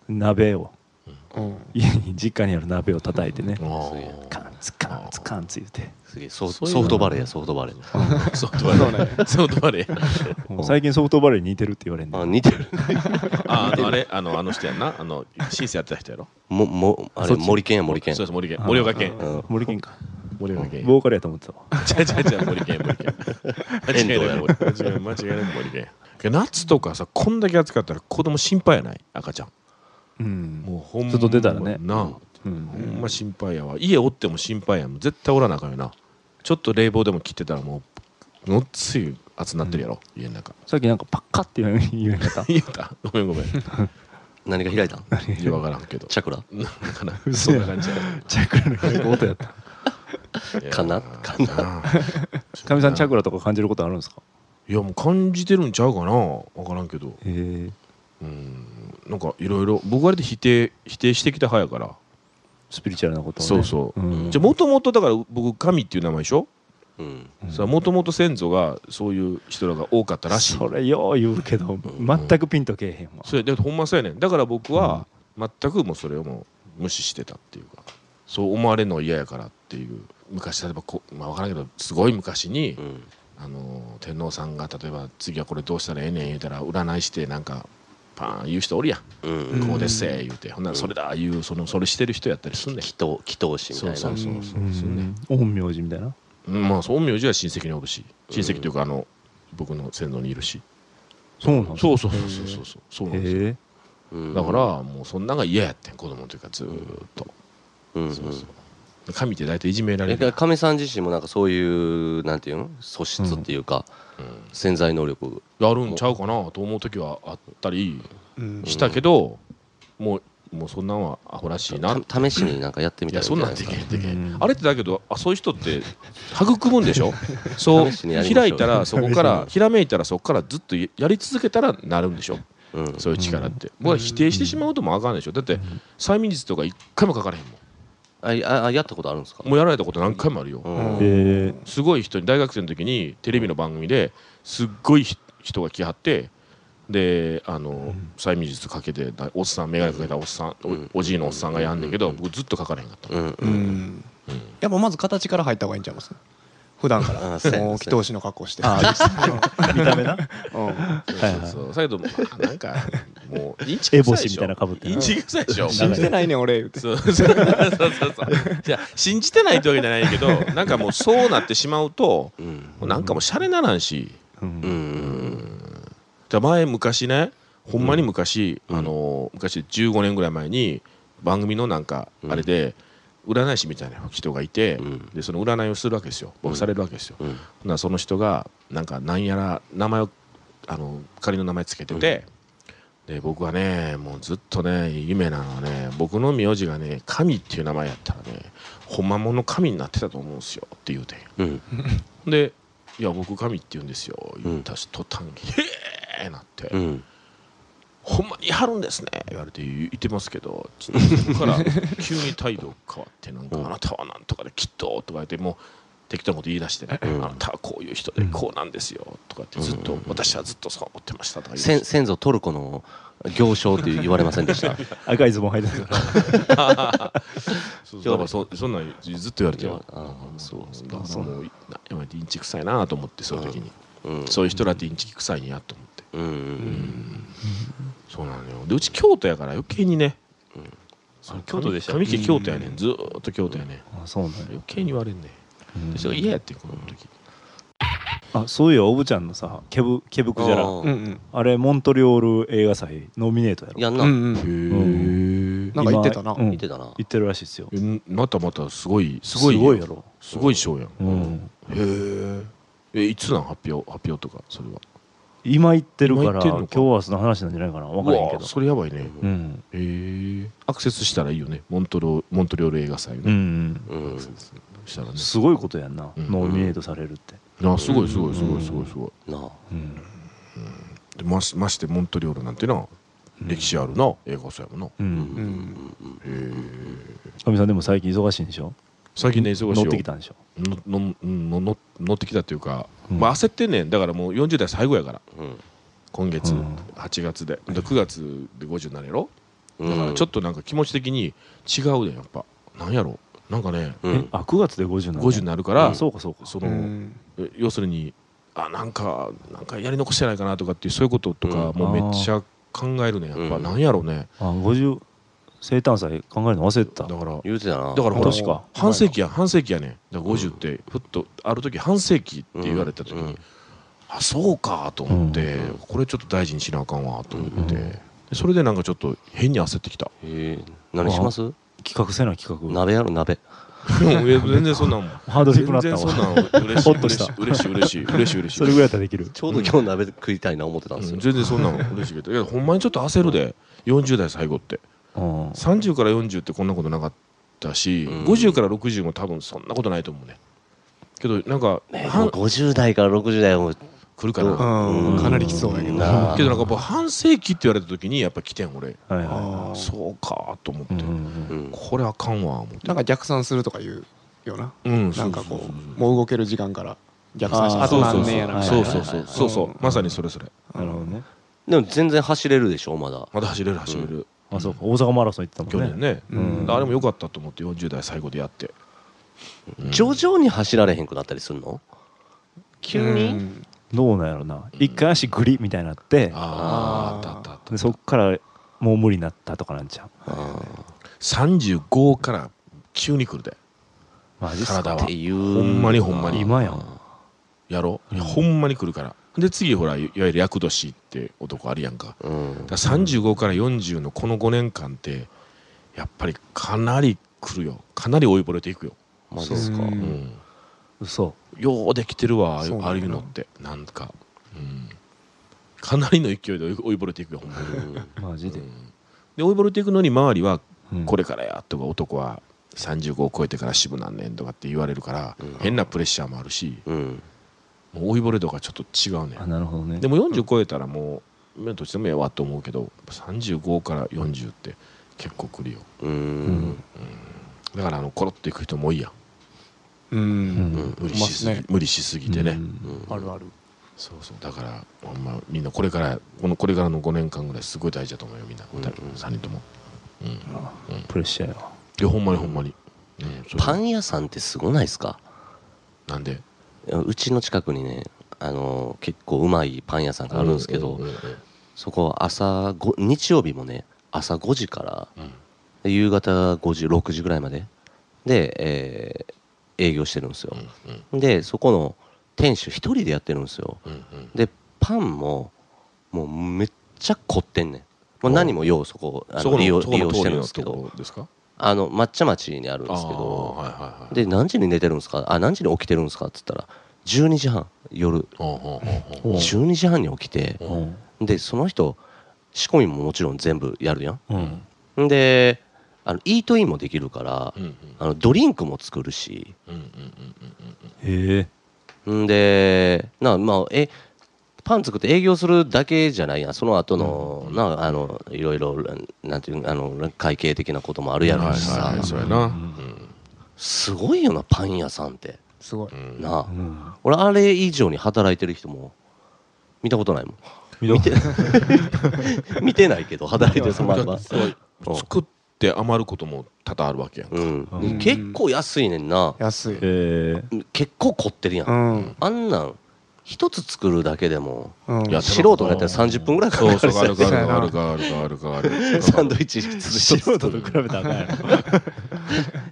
Speaker 2: 鍋を
Speaker 5: うん。
Speaker 2: 家に実家にある鍋を叩いてね、
Speaker 4: あー
Speaker 1: そうや
Speaker 2: カンツカンツカンツ言うて
Speaker 1: すげえソ
Speaker 4: そういう
Speaker 1: ソフトバレーやソフトバレー
Speaker 4: ソフトバレ
Speaker 5: そうなん
Speaker 4: ーソフトバレー
Speaker 2: もう最近ソフトバレーに似てるって言われんね
Speaker 1: あ
Speaker 2: ん
Speaker 1: 似てる
Speaker 4: ああのあれあのあの人やんなあのシースやってた人やろ
Speaker 1: ももあ
Speaker 2: そ
Speaker 1: れ
Speaker 2: っち
Speaker 1: 森健や森健
Speaker 4: そうです森健
Speaker 2: あー
Speaker 4: 森岡健
Speaker 1: うん
Speaker 2: 森健か
Speaker 4: 森岡健
Speaker 2: ボーカルやと思ってたわ
Speaker 4: 違う違う違う森健森健間違いな
Speaker 1: 遠
Speaker 4: い間違いない間違いない森健夏とかさこんだけ暑かったら子供心配やない赤ちゃん
Speaker 2: うん、
Speaker 4: もうほんま
Speaker 2: ちょっと出たらね
Speaker 4: なあ
Speaker 2: うん
Speaker 4: ほんま心配やわ家おっても心配やもん絶対おらなあかんよなちょっと冷房でも切ってたらもうのっつい暑なってるやろ、家の中 (laughs)
Speaker 2: さっきなんかパッカって言う言う方
Speaker 4: 言うたごめんごめん
Speaker 1: 何が開いたん
Speaker 4: いやわからんけど
Speaker 1: チャクラ
Speaker 4: なんかなそんな感じ
Speaker 2: (laughs)
Speaker 4: やろ
Speaker 2: (laughs) チャクラの開く音やった
Speaker 4: いや
Speaker 1: かなかな
Speaker 2: かみさんチャ
Speaker 4: ク
Speaker 2: クラとか感じることあるんですか
Speaker 4: いやもう感じてるんちゃうかなわからんけど
Speaker 2: へえ
Speaker 4: うんなんかいろいろ僕割と否定否定してきた派やから
Speaker 2: スピリチュアルなことをね、
Speaker 4: そうそう
Speaker 2: ん、
Speaker 4: じゃあもともとだから僕神っていう名前でしょ
Speaker 1: うん
Speaker 2: うん
Speaker 4: さあもともと先祖がそういう人らが多かったらしい
Speaker 2: それよう言うけど
Speaker 4: ん
Speaker 2: 全くピンとけえへんわ、
Speaker 4: それでほんまそうやねんだから僕は全くもうそれをもう無視してたっていうかそう思われるのが嫌やからっていう昔例えばこうまあ分からんけどすごい昔に
Speaker 1: う、ん
Speaker 4: あの天皇さんが例えば次はこれどうしたらええねん言うたら占いしてなんかパーン言う人おるやん、
Speaker 1: うん
Speaker 4: こうですせ言うてほんならそれだ言うそのそれしてる人やったりすんねん
Speaker 1: 祈祷祈祷師みたいな
Speaker 4: そうそうそうう、
Speaker 2: ん
Speaker 4: すんねん
Speaker 2: 陰陽師みたいな
Speaker 4: うんまあそう名字は親戚におるし親戚というかあの僕の先祖にいるし
Speaker 2: そうなん
Speaker 4: そうそうそうそうそうそうそうなんですよ
Speaker 2: へえ
Speaker 1: うん
Speaker 4: だからもうそんなんが嫌やってん子供の時からずーっと
Speaker 1: うんうん
Speaker 4: そうそう神って大体いじめられ
Speaker 1: え
Speaker 4: る
Speaker 1: 亀さん自身もなんかそういうなんていうん素質っていうか
Speaker 4: うん
Speaker 1: 潜在能力
Speaker 4: やるんちゃうかなと思う時はあったり
Speaker 5: うん
Speaker 4: したけどもうもうそんなんはアホらしいな
Speaker 1: た試しになんかやってみ
Speaker 4: い
Speaker 1: た
Speaker 4: や
Speaker 1: らいい
Speaker 4: そ
Speaker 1: ん
Speaker 4: ん
Speaker 1: じゃ
Speaker 4: な
Speaker 1: ない
Speaker 4: ん
Speaker 1: で
Speaker 4: です
Speaker 1: か
Speaker 4: きへんできへんあれってだけどあそういう人って育むんで
Speaker 1: (laughs)
Speaker 4: しょそう
Speaker 1: 試しにやりましょう
Speaker 4: 開いた (laughs) らそこからひらめいたらそこからずっとやり続けたらなるんでしょ
Speaker 1: うん
Speaker 4: そういう力って僕は否定してしまうこともあかんでしょだって催眠術とか一回もかからへんも
Speaker 1: あいああやったことあるんですか
Speaker 4: んもうやられたこと何回もあるよ
Speaker 1: うん
Speaker 5: うん
Speaker 2: へえ
Speaker 4: すごい人に大学生の時にテレビの番組ですっごいひ人が来はってであの催眠術かけてだおっさん眼鏡かけたおっさん
Speaker 1: うん
Speaker 4: おおじいのおっさんがやんねんけ
Speaker 1: う
Speaker 4: ど
Speaker 1: ん
Speaker 4: 僕ずっとかからへんかった
Speaker 1: うんう
Speaker 5: うんん。やっぱまず形から入った方がいいんちゃいます普段から。も
Speaker 1: あ
Speaker 5: う
Speaker 1: そうや
Speaker 5: 祈祷師の格好して。
Speaker 2: 見た目
Speaker 4: (laughs)
Speaker 2: な
Speaker 5: うん
Speaker 2: はいはい
Speaker 4: そう最後もあなんかもうインチ
Speaker 2: エ
Speaker 4: キ臭
Speaker 2: ボ
Speaker 4: いで
Speaker 2: シみ
Speaker 4: した
Speaker 2: いな
Speaker 4: ょ
Speaker 2: かぶって
Speaker 4: イ
Speaker 2: な
Speaker 4: ンチキ臭いでしょ
Speaker 5: (laughs) 信じてないねん俺言うて。
Speaker 4: そうそうそうそうそうじゃあ信じてないってわけじゃないけどなんかもうそうなってしまうと
Speaker 1: うん
Speaker 4: もうなんかもうシャレならんし
Speaker 2: う
Speaker 1: うんん
Speaker 4: じゃあ前昔ねほんまに昔、
Speaker 1: うん
Speaker 4: あの昔15年ぐらい前に番組のなんか
Speaker 1: うん
Speaker 4: あれで占い師みたいな人がいて、
Speaker 1: うん
Speaker 4: でその占いをするわけですよ
Speaker 1: うん
Speaker 4: 僕されるわけですよ、
Speaker 1: うん
Speaker 4: ほんならその人がなんかなんやら名前をあの仮の名前つけてて、で僕はねもうずっとね夢なのはね僕の名字がね神っていう名前やったらねほんまもんの神になってたと思うんですよって言うて
Speaker 1: うん
Speaker 4: で「いや僕神って言うんですよ」言ったし途端に「へえ!」なって、
Speaker 1: うん
Speaker 4: ほんまにやるんですね言われて言ってますけどちょっとそこから (laughs) 急に態度変わってなんか、
Speaker 1: うん
Speaker 4: あなたはなんとかできっととか言ってもう適当なこと言い出してね、
Speaker 1: うん
Speaker 4: あなたはこういう人でこうなんですよとかってずっと、私はずっとそう思ってましたとか言い出
Speaker 1: 先
Speaker 4: して
Speaker 1: 先祖トルコの行商って言われませんで
Speaker 4: (laughs)
Speaker 1: した
Speaker 2: 赤いズボン履いてるから
Speaker 4: そうだからそそんなんずっと言われてよ
Speaker 1: ああそう
Speaker 4: だからもういなんやインチ臭いなと思ってそういう時に、
Speaker 1: うん
Speaker 4: そういう人らってインチキ臭いんやと思って、
Speaker 1: うんうん
Speaker 4: そうなのよでうち京都やから余計にね、そう
Speaker 1: 京都でした
Speaker 4: 神家京都やねんずーっと京都やねん、
Speaker 2: あそうなんや
Speaker 4: 余計に言われんね
Speaker 2: うん
Speaker 4: でそれ嫌やって子供の時
Speaker 2: あそういやおぶちゃんのさケブケブクジャラ
Speaker 1: あ
Speaker 5: う
Speaker 1: あ
Speaker 5: ん
Speaker 2: あれモントリオール映画祭ノミネートやろ
Speaker 1: やん
Speaker 5: うん。
Speaker 1: な
Speaker 5: うんうん。
Speaker 2: ん
Speaker 5: なんか言ってたな
Speaker 2: 今うん
Speaker 1: 見てたな
Speaker 2: 言ってるらしいっすよ
Speaker 4: えまたまたすごいすごい
Speaker 2: すごいやろ
Speaker 4: すごい賞やん
Speaker 2: うん
Speaker 4: へえいつなん発表発表とかそれは
Speaker 2: 今行ってるから
Speaker 4: 今行ってん
Speaker 2: 今
Speaker 4: のか
Speaker 2: 日はその話なんじゃないかな分からへんけ
Speaker 4: う
Speaker 2: ど
Speaker 4: わそれやばいね
Speaker 2: うん
Speaker 4: へえアクセスしたらいいよねモントロモントリオール映画祭
Speaker 2: う
Speaker 4: ね、
Speaker 2: ん
Speaker 1: うん
Speaker 4: したらね
Speaker 2: すごいことやんな、
Speaker 4: うん
Speaker 2: ノミネートされるって、
Speaker 4: あすごいすごいすごいすごいすごい
Speaker 1: なあ
Speaker 2: うん
Speaker 4: でましましてモントリオールなんてな歴史あるな映画祭もなへ
Speaker 2: う
Speaker 1: うんん
Speaker 4: え
Speaker 2: かみさんでも最近忙しいんでしょ
Speaker 4: 最近ね忙しいよ
Speaker 2: 乗ってきたんでしょ
Speaker 4: のののの乗ってきたっていうか、
Speaker 2: うん
Speaker 4: まあ焦ってんねんだからもう40代最後やから
Speaker 1: うん
Speaker 4: 今月、
Speaker 2: うん
Speaker 4: 8月でで9月で50になるやろ
Speaker 1: うん
Speaker 4: だからちょっとなんか気持ち的に違うねんやっぱなんやろなんかね
Speaker 1: うん
Speaker 2: あ9月で50なの
Speaker 4: 50になるから、
Speaker 1: うん
Speaker 2: そうかそうか
Speaker 4: そうの、
Speaker 5: ん
Speaker 4: え要するにあなんかなんかやり残してないかなとかっていうそういうこととか、
Speaker 1: うん
Speaker 4: もうめっちゃ考えるねんやっぱ、
Speaker 1: うん
Speaker 4: なんやろうね
Speaker 2: あ50生誕祭考えるの忘れてた
Speaker 4: だから
Speaker 1: 言うてたな
Speaker 4: だからほら
Speaker 2: 確か
Speaker 4: 半世紀や半世紀やねんだから50ってふっとある時半世紀って言われた時に、
Speaker 1: うん
Speaker 4: あそうかと思って、
Speaker 1: うん
Speaker 4: これちょっと大事にしなあかんわと思って、
Speaker 2: うん
Speaker 4: それでなんかちょっと変に焦ってきた
Speaker 1: へえ何します
Speaker 2: 企画せな企画
Speaker 1: 鍋やろ鍋
Speaker 4: うん (laughs) いや全然そんなんも
Speaker 2: ハードディップな
Speaker 4: 全
Speaker 2: った
Speaker 4: 然そん
Speaker 2: わ
Speaker 4: なん嬉し
Speaker 2: ほ
Speaker 4: い
Speaker 2: っとした
Speaker 4: 嬉しい嬉しい嬉しい嬉しい嬉しい
Speaker 2: それぐらいだったらできる
Speaker 1: ちょうど今日鍋食いたいな思ってたんです
Speaker 4: う
Speaker 1: よ
Speaker 4: ん全然そんなん嬉しいけどいやほんまにちょっと焦るで40代最後って
Speaker 2: うん
Speaker 4: 30から40ってこんなことなかったし、
Speaker 1: うん
Speaker 4: 50から60も多分そんなことないと思うねけどなんか、
Speaker 1: ね
Speaker 4: はん
Speaker 1: 50代から60代はもう
Speaker 4: 来るかな、
Speaker 5: うん
Speaker 1: うん
Speaker 5: かなりきつそうやけど
Speaker 1: なあ
Speaker 4: けどなんかやっぱ半世紀って言われた時にやっぱ来てん俺
Speaker 2: はいは
Speaker 5: あー
Speaker 4: そうかと思って、
Speaker 2: いうんうん
Speaker 1: うん
Speaker 4: これあかんわ思って
Speaker 5: なんか逆算するとかいうような
Speaker 4: うん
Speaker 5: なんかこうもう動ける時時間から逆算し
Speaker 2: あ
Speaker 5: て
Speaker 2: ー
Speaker 4: そう
Speaker 5: あと
Speaker 4: そうそ
Speaker 5: 何
Speaker 4: う
Speaker 5: 年やなみたい
Speaker 4: そ
Speaker 5: な
Speaker 4: うそうそうそうそうまさにそれそれ
Speaker 2: なるほどね
Speaker 1: でも全然走れるでしょまだ
Speaker 4: まだ走れる走れる、
Speaker 2: あそうか大阪マラソン行ってた
Speaker 4: 去
Speaker 2: もん
Speaker 4: 年
Speaker 2: ね
Speaker 4: ね、
Speaker 2: うん
Speaker 4: あれも良かったと思って40代最後でやって、うん
Speaker 1: 徐々に走られへんくなったりするの急
Speaker 5: う
Speaker 1: に
Speaker 5: ん
Speaker 2: どうなんやろな一回足グリみたいになって
Speaker 4: あーあったあったあった
Speaker 2: でそっからもう無理になったとかなんちゃう
Speaker 1: あ
Speaker 4: 35から急に来るで
Speaker 2: マジっすか
Speaker 4: 体
Speaker 1: ーっ
Speaker 4: は
Speaker 1: ていう
Speaker 4: ほんまにほんまに
Speaker 2: 今やん
Speaker 4: やろ、う
Speaker 2: うん
Speaker 4: ほんまに来るからで次ほらいわゆる厄年って男あるやんか
Speaker 1: うん
Speaker 4: だから35から40のこの5年間ってやっぱりかなり来るよかなり追いぼれていくよ、
Speaker 1: マジですか
Speaker 5: うん
Speaker 4: うん
Speaker 2: 嘘
Speaker 4: ようできてるわああい
Speaker 5: そう
Speaker 4: う
Speaker 5: なんだ
Speaker 4: ああいうのってなんか、うん、かなりの勢いで追い追いぼれていくよほんまに、
Speaker 2: マジで
Speaker 4: うんで追いぼれていくのに周りは
Speaker 2: うん
Speaker 4: これからやとか男は35を超えてから渋なんねんとかって言われるから
Speaker 1: うん
Speaker 4: 変なプレッシャーもあるし
Speaker 1: うん
Speaker 4: もう追いぼれとかちょっと違うね
Speaker 2: あなるほどね
Speaker 4: んでも40超えたらもう目としてもええわと思うけど35から40って結構くるよ
Speaker 1: う
Speaker 2: うん
Speaker 1: ん
Speaker 4: だからあのコロッといく人もいいやん
Speaker 5: うん
Speaker 2: うん
Speaker 4: 無理しすぎ、
Speaker 5: ほんまっすね
Speaker 4: 無理しすぎてね、
Speaker 2: うん
Speaker 1: うん
Speaker 5: あるある
Speaker 4: そうそうだからほんまみんなこれからこのこれからの5年間ぐらいすごい大事だと思うよみんな、
Speaker 1: うん
Speaker 4: 3人とも、うん、い
Speaker 2: プレッシャーよ
Speaker 4: やほんまにほんまに、うん、そう
Speaker 1: パン屋さんってすごないですか
Speaker 4: なんで
Speaker 1: うちの近くにねあの結構うまいパン屋さんがあるんですけど、
Speaker 4: うんうんうん
Speaker 1: そこ朝ご日曜日もね朝5時から
Speaker 4: うん
Speaker 1: で夕方5時6時ぐらいまでで、えー営業してるんですよ、
Speaker 4: うん
Speaker 1: でそこの店主一人でやってるんですよ
Speaker 4: うんうん
Speaker 1: でパンももうめっちゃ凝ってんねん、まあ、
Speaker 4: お
Speaker 1: 何もようそこあの利用利用してるんですけ
Speaker 4: そこの
Speaker 1: ど
Speaker 4: 通りのところですか
Speaker 1: あの抹茶町にあるん
Speaker 4: あ
Speaker 1: ですけ
Speaker 4: ー
Speaker 1: ど
Speaker 4: はいはいはい
Speaker 1: で何時に寝てるんですかあ何時に起きてるんですかっつったら12時半夜
Speaker 4: ほうほうほうほう
Speaker 2: お
Speaker 1: 12時半に起きて
Speaker 2: うん
Speaker 1: でその人仕込みももちろん全部やるやん
Speaker 2: うん
Speaker 1: んであのイートインもできるから、
Speaker 4: うんうん
Speaker 1: あのドリンクも作るし
Speaker 4: うんうんうん
Speaker 2: へえ
Speaker 1: んでなまあえパン作って営業するだけじゃないやんその後の、なあのいろいろなんていうあの会計的なこともあるやろうしさ、
Speaker 4: はいはいはいそうやな、
Speaker 2: う
Speaker 4: うんん
Speaker 1: すごいよなパン屋さんって
Speaker 5: すごい
Speaker 4: うん
Speaker 1: なあ、
Speaker 2: うん
Speaker 1: 俺あれ以上に働いてる人も見たことないもん見て見て (laughs) ないけど働いてるそのまんまうん
Speaker 4: 作って余ることも多々あるわけやん
Speaker 1: うん
Speaker 2: うん
Speaker 1: 結構安いねんな
Speaker 5: 安い
Speaker 2: へえ
Speaker 1: 結構凝ってるやん、
Speaker 5: うん
Speaker 1: あんなん一つ作るだけでも
Speaker 5: うん
Speaker 4: いや
Speaker 1: 素人がやったら30分ぐらいかか
Speaker 4: そう
Speaker 1: る
Speaker 4: そうある
Speaker 1: し
Speaker 4: かあるかあるかあるかあるかある
Speaker 1: サンドイッチ一つ
Speaker 2: 素
Speaker 1: 一つ
Speaker 2: 人と比べたらあかんやろ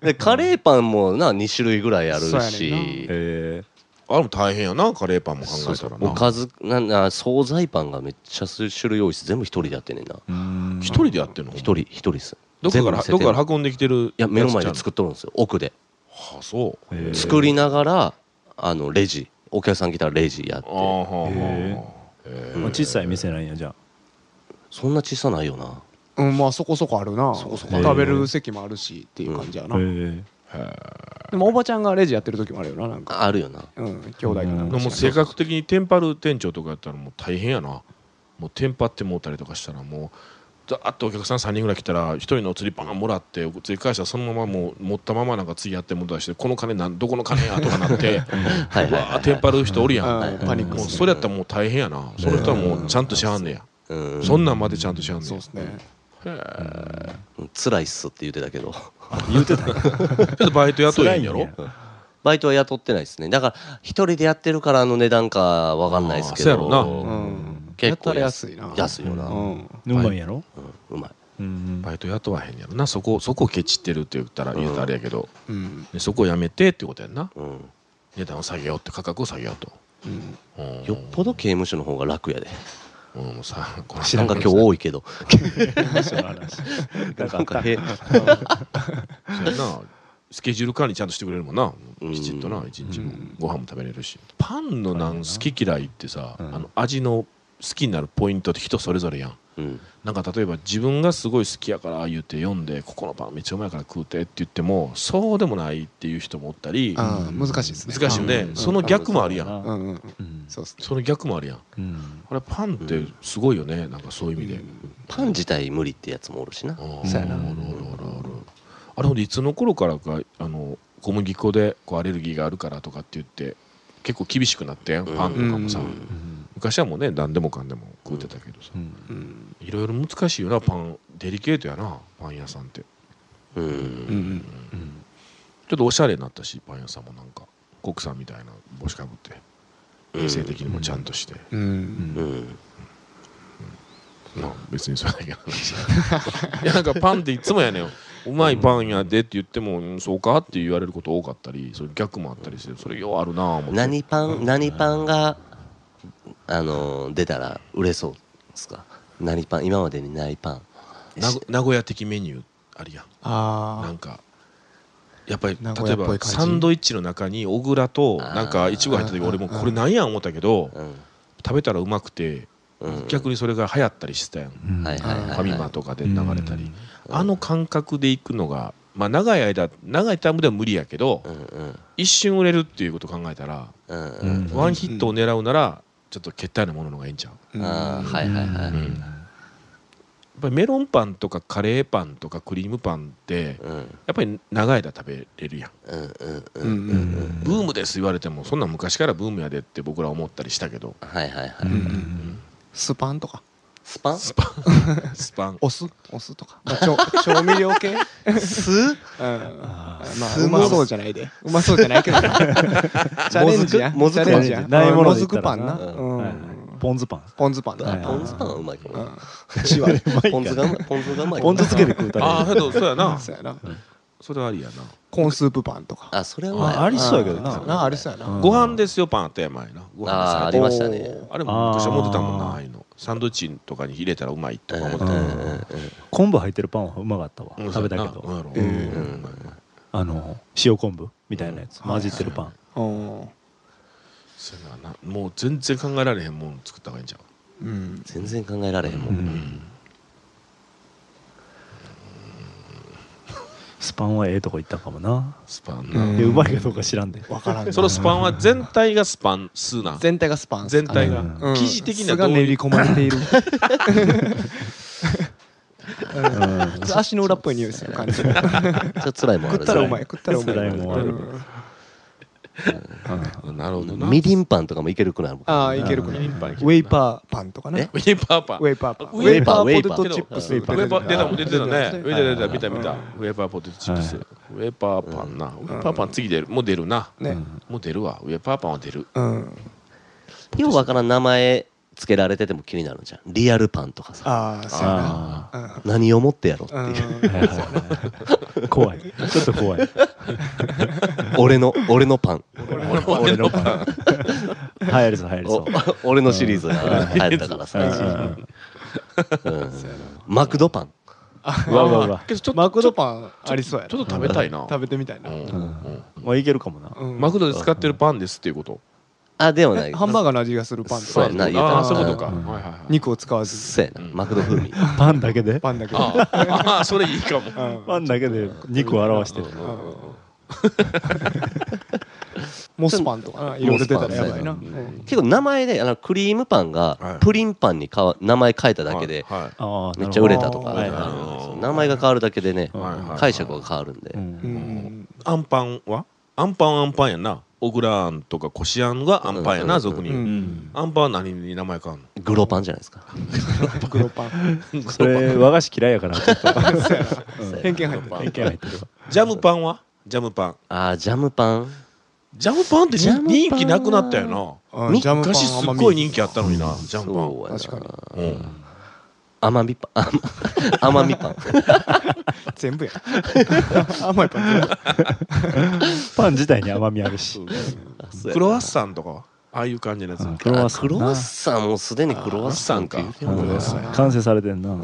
Speaker 1: でカレーパンもな2種類ぐらいある
Speaker 5: そうやね
Speaker 1: し
Speaker 2: へえ
Speaker 4: あれも大変やなカレーパンも考
Speaker 1: そう
Speaker 4: え
Speaker 1: そ
Speaker 4: た
Speaker 1: う
Speaker 4: ら
Speaker 1: お
Speaker 4: な
Speaker 1: かずなんな惣菜パンがめっちゃ種類多いし全部一人でやってんねんな
Speaker 2: うん
Speaker 4: 一人でやってんの
Speaker 1: 一人一人っす
Speaker 4: どこか
Speaker 1: 全部
Speaker 4: ら
Speaker 1: 見せて
Speaker 4: どこから運んできてる
Speaker 1: いや目の前で
Speaker 4: る
Speaker 1: 作っとるんですよ奥で
Speaker 4: はあそう
Speaker 2: へえ
Speaker 1: 作りながらあのレジお客さん来たらレジやって
Speaker 4: ああはあはあはあ
Speaker 2: へ
Speaker 4: へ
Speaker 2: まあ小さい店なんやじゃあ
Speaker 1: そんな小さないよな
Speaker 5: うん、まあそこそこあるな
Speaker 1: そこそ
Speaker 2: こある
Speaker 5: 食べる席もあるしっていう感じやな、
Speaker 2: へ
Speaker 5: でもおばちゃんがレジやってる時もあるよななんか
Speaker 1: あるよな
Speaker 5: うん兄弟かな
Speaker 2: うん
Speaker 5: ん
Speaker 4: で
Speaker 5: か
Speaker 4: も
Speaker 5: 知
Speaker 4: 性
Speaker 5: らんけど
Speaker 4: 格的にテンパる店長とかやったらもう大変やなもうテンパってもうたりとかしたらもうざーっとお客さん3人ぐらい来たら1人の釣りパンもらって釣り返したらそのままもう持ったままなんか次やってもらったりしてこの金なんどこの金やとかなって
Speaker 1: (laughs) はいはいうはい
Speaker 4: わーテンパる人おるやん
Speaker 5: うんパニック
Speaker 4: も
Speaker 5: っ
Speaker 4: う
Speaker 5: す
Speaker 4: それやったらもう大変やなそれとはもうちゃんとしはんねや
Speaker 1: うん
Speaker 4: そんなんまでちゃんとしはんね
Speaker 5: そう
Speaker 4: や
Speaker 5: ですね
Speaker 1: 辛いっすって言ってたけど (laughs)
Speaker 4: けどバイト雇えんや
Speaker 2: 辛い
Speaker 4: ろ
Speaker 2: ん
Speaker 1: バイトは雇ってないですねだから一人でやってるからあの値段かわかんないですけ
Speaker 4: あ
Speaker 1: ど
Speaker 4: ーそうや
Speaker 5: う
Speaker 4: ろ
Speaker 5: ん
Speaker 1: 結構
Speaker 5: やったら安いな
Speaker 1: 安いよな、
Speaker 5: う
Speaker 1: うん
Speaker 5: ん
Speaker 2: うまいんやろ
Speaker 1: うまい
Speaker 2: うん
Speaker 4: バイト雇わへんやろなそこそこケチってるって言ったら言うたらあれやけど、
Speaker 5: うん
Speaker 4: でそこをやめてってことやんな
Speaker 1: うん
Speaker 4: 値段を下げようって価格を下げようと、
Speaker 5: うん
Speaker 4: うん
Speaker 1: よっぽど刑務所の方が楽やで
Speaker 4: うんもうさこの
Speaker 1: なんか今日多いけど
Speaker 2: なんか
Speaker 1: なんかへ
Speaker 4: そうやなスケジュール管理ちゃんとしてくれるもんな
Speaker 1: うん
Speaker 4: きちっとな一日も
Speaker 5: うん
Speaker 4: ご飯も食べれるしパンのなん好き嫌いってさ、
Speaker 2: うん
Speaker 4: あの味の好きになるポイントって人それぞれやん
Speaker 1: うん
Speaker 4: なんか例えば自分がすごい好きやから言うて読んでここのパンめっちゃうまいから食うてって言ってもそうでもないっていう人もおったり難
Speaker 5: あー難しいですね
Speaker 4: しいよね、
Speaker 2: うん
Speaker 4: その逆もあるやん、
Speaker 5: うんうんうん
Speaker 2: うん
Speaker 5: そうですね
Speaker 4: その逆もあるやん
Speaker 2: うん
Speaker 4: あれパンってすごいよね、なんかそういう意味で、
Speaker 1: パン自体無理ってやつもおるしな
Speaker 4: あ
Speaker 5: そうやな
Speaker 4: あるあるあるあれほんでいつの頃からかあの小麦粉でこうアレルギーがあるからとかって言って結構厳しくなってんパンとかもさ、
Speaker 1: うん
Speaker 4: 昔はもうね何でもかんでも食うてたけどさ、
Speaker 2: うん
Speaker 5: うん
Speaker 4: いろいろ難しいよなパンデリケートやなパン屋さんって
Speaker 1: う
Speaker 5: うんん
Speaker 4: ちょっとおしゃれになったしパン屋さんもなんか国産みたいな帽子かぶって
Speaker 1: うん
Speaker 4: 衛生的にもちゃんとして、
Speaker 5: うんうん
Speaker 1: うん
Speaker 4: まあ別にそれだけの話 (laughs) いやなんかパンっていつもやねんうまいパンやでって言ってもうんそうかって言われること多かったりそれ逆もあったりしてそれようあるなあ思って
Speaker 1: 何パン何パンがあの出たら売れそうですか何パン今までにないパン
Speaker 4: なご名古屋的メニューあるやんな
Speaker 5: あ
Speaker 4: んかやっぱり
Speaker 5: 名
Speaker 4: 例
Speaker 5: 古
Speaker 4: え
Speaker 5: 屋っぽ
Speaker 4: ば
Speaker 5: い感じ
Speaker 4: サンドイッチの中に小倉と
Speaker 1: あー
Speaker 4: なんかいちご入った時俺もこれなんや思ったけど
Speaker 1: うん
Speaker 4: 食べたらうまくて
Speaker 1: うん
Speaker 4: 逆にそれが流行ったりしてたやん
Speaker 2: うん
Speaker 1: はいはいはい
Speaker 4: フ
Speaker 1: はい
Speaker 4: ァミマとかで流れたり
Speaker 1: うん
Speaker 4: あの感覚で行くのがまあ長い間長いタイムでは無理やけど
Speaker 1: うんうん
Speaker 4: 一瞬売れるっていうことを考えたら
Speaker 1: うん
Speaker 2: う
Speaker 1: うんん
Speaker 4: ワンヒットを狙うならちょっとけったいなものの方がいいんちゃうや
Speaker 5: ー
Speaker 1: ああ
Speaker 5: うん
Speaker 1: はいはいはい
Speaker 4: うんっぱりメロンパンとかカレーパンとかクリームパンって
Speaker 1: うん
Speaker 4: やっぱり長い間食べれるやん
Speaker 1: うんうんう
Speaker 5: うんんうん
Speaker 4: ブームです言われてもそんなん昔からブームやでって僕ら思ったりしたけど
Speaker 1: はいはいは
Speaker 5: うんう
Speaker 1: い
Speaker 5: んスパンとか
Speaker 1: スパン
Speaker 4: スパンスパン
Speaker 5: お酢お酢とかまあ調調味料系
Speaker 1: 酢
Speaker 5: うんま
Speaker 2: あー
Speaker 5: あうまそうじゃないでうまそうじゃないけどなチャレンジやチ
Speaker 1: もず
Speaker 5: ャ
Speaker 1: く
Speaker 5: レンジや
Speaker 2: もずくパンないもので言ったらな
Speaker 5: もずくパンな
Speaker 1: うん
Speaker 5: う
Speaker 2: はい
Speaker 5: ん
Speaker 2: ポン酢パン
Speaker 5: ポン酢パンと
Speaker 2: は
Speaker 5: か
Speaker 2: い
Speaker 1: ポン酢パンはうまいか
Speaker 5: う
Speaker 1: も
Speaker 5: んシワ
Speaker 1: ポン酢がうまいポン酢がうまい
Speaker 2: ポン酢つけて食うた
Speaker 4: ああ
Speaker 2: ら
Speaker 4: けどそうやな
Speaker 5: (laughs) そうやな
Speaker 4: それはありやな
Speaker 5: コーンスープパンとか
Speaker 1: あそれはうまい
Speaker 2: あありそうやけど
Speaker 5: あ
Speaker 2: な
Speaker 5: ーなありそうや
Speaker 2: うん
Speaker 5: な
Speaker 4: ご飯ですよパンあったやん前なご飯です
Speaker 1: あーありましたね
Speaker 4: あれも昔思ってたもんな
Speaker 2: あー
Speaker 4: ああいうのサンドイッチとかに入れたらうまいと
Speaker 1: うん
Speaker 4: か
Speaker 1: うん
Speaker 4: 思って
Speaker 1: う
Speaker 4: たもん
Speaker 1: んうん
Speaker 2: 昆布入ってるパンはうまかったわ
Speaker 4: うん
Speaker 2: 食べたけ
Speaker 4: そう
Speaker 2: ど
Speaker 4: やな
Speaker 5: う
Speaker 4: うんんやろうんうまいうまい
Speaker 2: あの塩昆布みたいなやつ混じってるパン
Speaker 5: うん
Speaker 4: そうやななもう全然考えられへんもん作った方がいいんちゃう
Speaker 5: うん
Speaker 1: 全然考えられへんもん
Speaker 2: うんスパンはええとこ行ったかもな
Speaker 4: スパン
Speaker 5: うん
Speaker 2: で
Speaker 4: な
Speaker 2: うまいかどうか知らんで
Speaker 5: わからんな
Speaker 4: そのスパンは全体がスパンスなん
Speaker 5: 全体がスパン
Speaker 4: 全体が
Speaker 2: うん
Speaker 4: 生地的に
Speaker 5: 酢
Speaker 4: は
Speaker 5: が
Speaker 4: どう
Speaker 5: 練
Speaker 4: い
Speaker 5: り
Speaker 4: う
Speaker 5: 込まれているうん
Speaker 2: うん
Speaker 5: 足の裏っぽい匂いする感じ食っ
Speaker 1: ちょっと辛いもんある
Speaker 5: たらうまい食ったらうまい
Speaker 2: 辛いもんある
Speaker 5: うん
Speaker 4: あなるほどな
Speaker 1: みりんパンとかもいけるくなるもん
Speaker 5: ああいけるかなウェイパーパンとかね
Speaker 4: ウェイパーパン
Speaker 5: ウェイパーパン
Speaker 4: ウェイ
Speaker 1: パー
Speaker 5: ウェイポテトチップス
Speaker 2: ウェ
Speaker 4: ウェ
Speaker 2: イ
Speaker 4: イ
Speaker 2: パ
Speaker 4: パ
Speaker 2: ー
Speaker 4: ー出たもん出てたね
Speaker 5: 出て
Speaker 4: 出
Speaker 2: はい
Speaker 4: た出た見た見たウェイパーポテトチップス
Speaker 2: はい
Speaker 4: ウェイパーパンなウェイパーパン次出るもう出るな
Speaker 5: たね
Speaker 4: もう出るわウェイパーパンは出る
Speaker 5: うん
Speaker 1: ようわからん名前つけられてても気になるじゃんリアルパンとかさ
Speaker 5: ああそうやな
Speaker 2: あ
Speaker 5: うん
Speaker 1: 何をもってやろうっていう
Speaker 5: うん
Speaker 2: ーはいはいはい怖いちょっと怖い
Speaker 1: 俺の俺のパン
Speaker 2: 俺のパン流行りそう流行りそ
Speaker 1: お (laughs) 俺のシリーズが流行ったから
Speaker 2: ううんう
Speaker 1: さ
Speaker 2: ん
Speaker 1: うんマクドパン
Speaker 2: うわうわうわ
Speaker 4: けどちょっと
Speaker 5: マクドパンありそうやな
Speaker 4: ちょっと食べたいな
Speaker 5: 食べてみたいな
Speaker 4: うんうん
Speaker 2: まあいけるかもな
Speaker 5: うん
Speaker 4: マクドで使ってるパンですっていうこと
Speaker 1: あではない
Speaker 5: えハンバーガーの味がするパンと
Speaker 1: そう
Speaker 5: か
Speaker 1: やな言うたら
Speaker 4: ああーそういうことか、
Speaker 2: うん
Speaker 4: はいはいはい
Speaker 5: 肉を使わず
Speaker 1: そうやな、
Speaker 4: うん
Speaker 1: マクド風味
Speaker 2: パンだけで
Speaker 5: パンだけど
Speaker 4: あーあー (laughs) それいいかも
Speaker 5: うん
Speaker 2: パンだけで肉を表してる
Speaker 4: うんうんうん
Speaker 5: モスパンとかないろいろ出たらやばいな
Speaker 1: モス
Speaker 5: うん
Speaker 1: 結構名前であのクリームパン
Speaker 4: は
Speaker 1: が
Speaker 4: い
Speaker 1: プリンパンに変わ名前変えただけで
Speaker 4: はいはい
Speaker 2: あ
Speaker 1: め
Speaker 2: ーなるほど
Speaker 1: っちゃ売れたとか
Speaker 5: はい
Speaker 1: あるんですよ
Speaker 4: はい
Speaker 1: 名前が変わるだけでね
Speaker 4: はいはいはい
Speaker 1: 解釈が変わるんで
Speaker 2: う
Speaker 5: うんん
Speaker 4: アンパンはアンパンはアンパンやんな小倉あんとかこしあんがアンパンや
Speaker 1: う
Speaker 4: なん俗に
Speaker 5: う
Speaker 4: 言う、
Speaker 2: うん
Speaker 4: アンパンは何に名前変わんの
Speaker 1: グロパンじゃないですか
Speaker 5: 黒パン
Speaker 2: それ和菓子嫌いやからちょっと
Speaker 5: そうやな偏見入ってる
Speaker 1: パン
Speaker 2: 偏見入ってるわ
Speaker 4: ジャムパンはジャムパン
Speaker 1: あージャムパン
Speaker 4: ジャムパンって
Speaker 1: ジャムパン
Speaker 4: 人気なくなったよ
Speaker 5: あ
Speaker 4: な
Speaker 5: ジャムパン
Speaker 4: 昔すっごい人気あったのになジャムパン
Speaker 1: そうやな
Speaker 5: 確か
Speaker 4: うん
Speaker 1: 甘みパン (laughs) 甘甘みパン
Speaker 5: 全部や (laughs) 甘いパン全部
Speaker 2: パン自体に甘みあるし
Speaker 1: あそうやな
Speaker 4: クロワッサンとかはああいう感じのやつ
Speaker 2: うん
Speaker 1: クロワッサン
Speaker 2: な
Speaker 1: クロワッサンもうすでにクロワッサンって言うてん
Speaker 2: う
Speaker 1: もん
Speaker 2: ん
Speaker 1: な
Speaker 5: サン
Speaker 2: 完成されてんな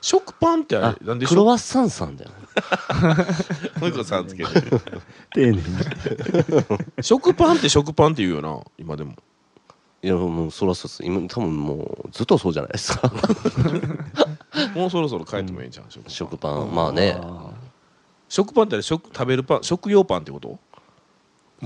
Speaker 4: 食パンってあ
Speaker 1: あ
Speaker 4: れなんで
Speaker 1: クロ
Speaker 4: 食
Speaker 1: ワッサンさんだよね
Speaker 4: パンさんつけてる
Speaker 2: 丁寧に
Speaker 4: 食パンって食パンって言うよな今でも
Speaker 1: いやもうそらそうです今多分もうずっとそうじゃないです (laughs) か
Speaker 4: もうそろそろ帰ってもいいんじゃん食パン
Speaker 1: 食パンまあね
Speaker 2: あ
Speaker 4: 食パンってあれ食食べるパン食用パンってこと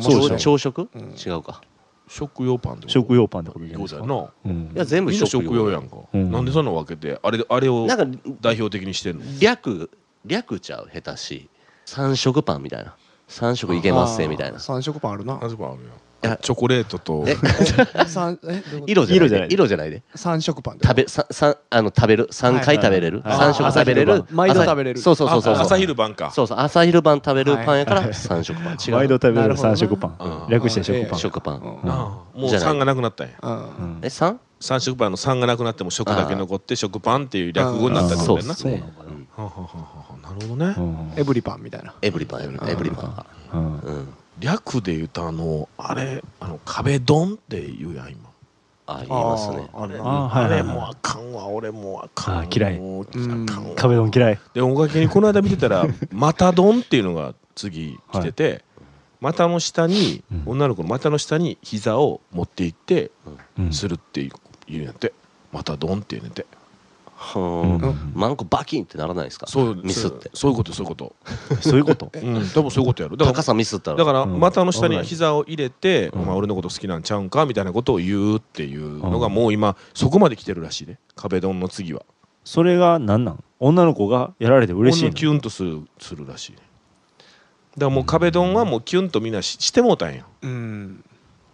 Speaker 1: そう朝朝食、
Speaker 5: うん
Speaker 1: 違うか
Speaker 4: 食用パンっ
Speaker 2: ー
Speaker 4: てこと
Speaker 2: 食用パンってことじゃない
Speaker 4: 用
Speaker 2: です
Speaker 4: だ
Speaker 2: か
Speaker 4: よな
Speaker 2: うん
Speaker 1: いや全部
Speaker 4: みんな食用やんか、
Speaker 2: うん
Speaker 4: なんでそんな分けてあれあれを
Speaker 1: なんか
Speaker 4: 代表的にしてんの
Speaker 1: 略略ちゃう下手し三色パンみたいな三色いけますせみたいな
Speaker 5: あー三色パンあるな
Speaker 4: 何食パンある
Speaker 1: い
Speaker 4: や
Speaker 1: や
Speaker 4: んチョコレートと
Speaker 1: え
Speaker 5: 三えどういうこと
Speaker 1: 色じゃないで
Speaker 2: 色じゃない
Speaker 1: 色じゃないで
Speaker 5: 三色パンってこ
Speaker 1: 食
Speaker 5: と
Speaker 1: べささあの食べる三回食べれる
Speaker 2: はいはいは
Speaker 1: 三
Speaker 2: い
Speaker 1: 食食べれ
Speaker 2: あ
Speaker 1: る
Speaker 2: 朝昼
Speaker 5: 晩毎度
Speaker 1: 朝
Speaker 5: 食べれる
Speaker 1: そうそうそうそう
Speaker 4: あ朝昼晩か
Speaker 1: そうそう朝昼晩食べる
Speaker 5: はい
Speaker 1: パンやから三色パン違う
Speaker 2: 毎度食べ
Speaker 5: な
Speaker 2: る
Speaker 5: るほど
Speaker 2: 三
Speaker 5: な
Speaker 2: 食パン
Speaker 4: うん
Speaker 2: 略して食パ
Speaker 5: あ
Speaker 2: ン
Speaker 1: 食パ
Speaker 5: う
Speaker 1: ン
Speaker 5: ん
Speaker 4: なあもう
Speaker 1: じゃない
Speaker 4: 3がなくなったんや
Speaker 5: うん
Speaker 2: うん
Speaker 1: え三
Speaker 4: 3食パンの3がなくなっても食だけ残って食パンっていう略語になったって
Speaker 1: そ
Speaker 4: こ
Speaker 1: う
Speaker 4: と
Speaker 1: っ
Speaker 4: やな
Speaker 1: すねうん
Speaker 4: ははははなるほどね、
Speaker 2: うん
Speaker 5: エブリパンみたいな
Speaker 1: エブリパンエブリパンエブリパン
Speaker 2: うん
Speaker 1: うん
Speaker 4: 略で言うとあのあれあの壁ドンって言うやん今
Speaker 1: あ言いますね
Speaker 4: あれ
Speaker 2: あはいはいはい
Speaker 4: あれもうあかんわ俺もうあかん
Speaker 2: あ嫌い
Speaker 4: もうあかんわ
Speaker 2: 壁ドン嫌い
Speaker 4: でおかげにこの間見て
Speaker 2: (laughs)
Speaker 4: たら「また丼」っていうのが次来てて、股の下に、
Speaker 2: うん
Speaker 4: 女の子の股の下に膝を持っていって
Speaker 2: うん
Speaker 4: するっていう言うんやって「また丼」って言うねんやって
Speaker 1: は
Speaker 2: う
Speaker 1: あ
Speaker 2: ん
Speaker 1: マンコバキンってならないですか
Speaker 4: そう
Speaker 1: ミスって
Speaker 4: そういうことそういうこと、
Speaker 2: そういうこと
Speaker 4: うん、多分そういうことやろだか
Speaker 1: 高
Speaker 4: ら
Speaker 1: さミスった
Speaker 4: だ
Speaker 1: ら
Speaker 4: から
Speaker 2: うん
Speaker 4: 股の下に膝を入れて「
Speaker 2: うん
Speaker 4: お前俺のこと好きなんちゃうんか?」みたいなことを言うっていうのがもう今そこまで来てるらしいね壁丼の次は
Speaker 2: それが何なん女の子がやられて嬉しい
Speaker 4: ほんのキュンとするするらしいねだからもう壁丼はもうキュンとみんなししてもうたんや
Speaker 5: うん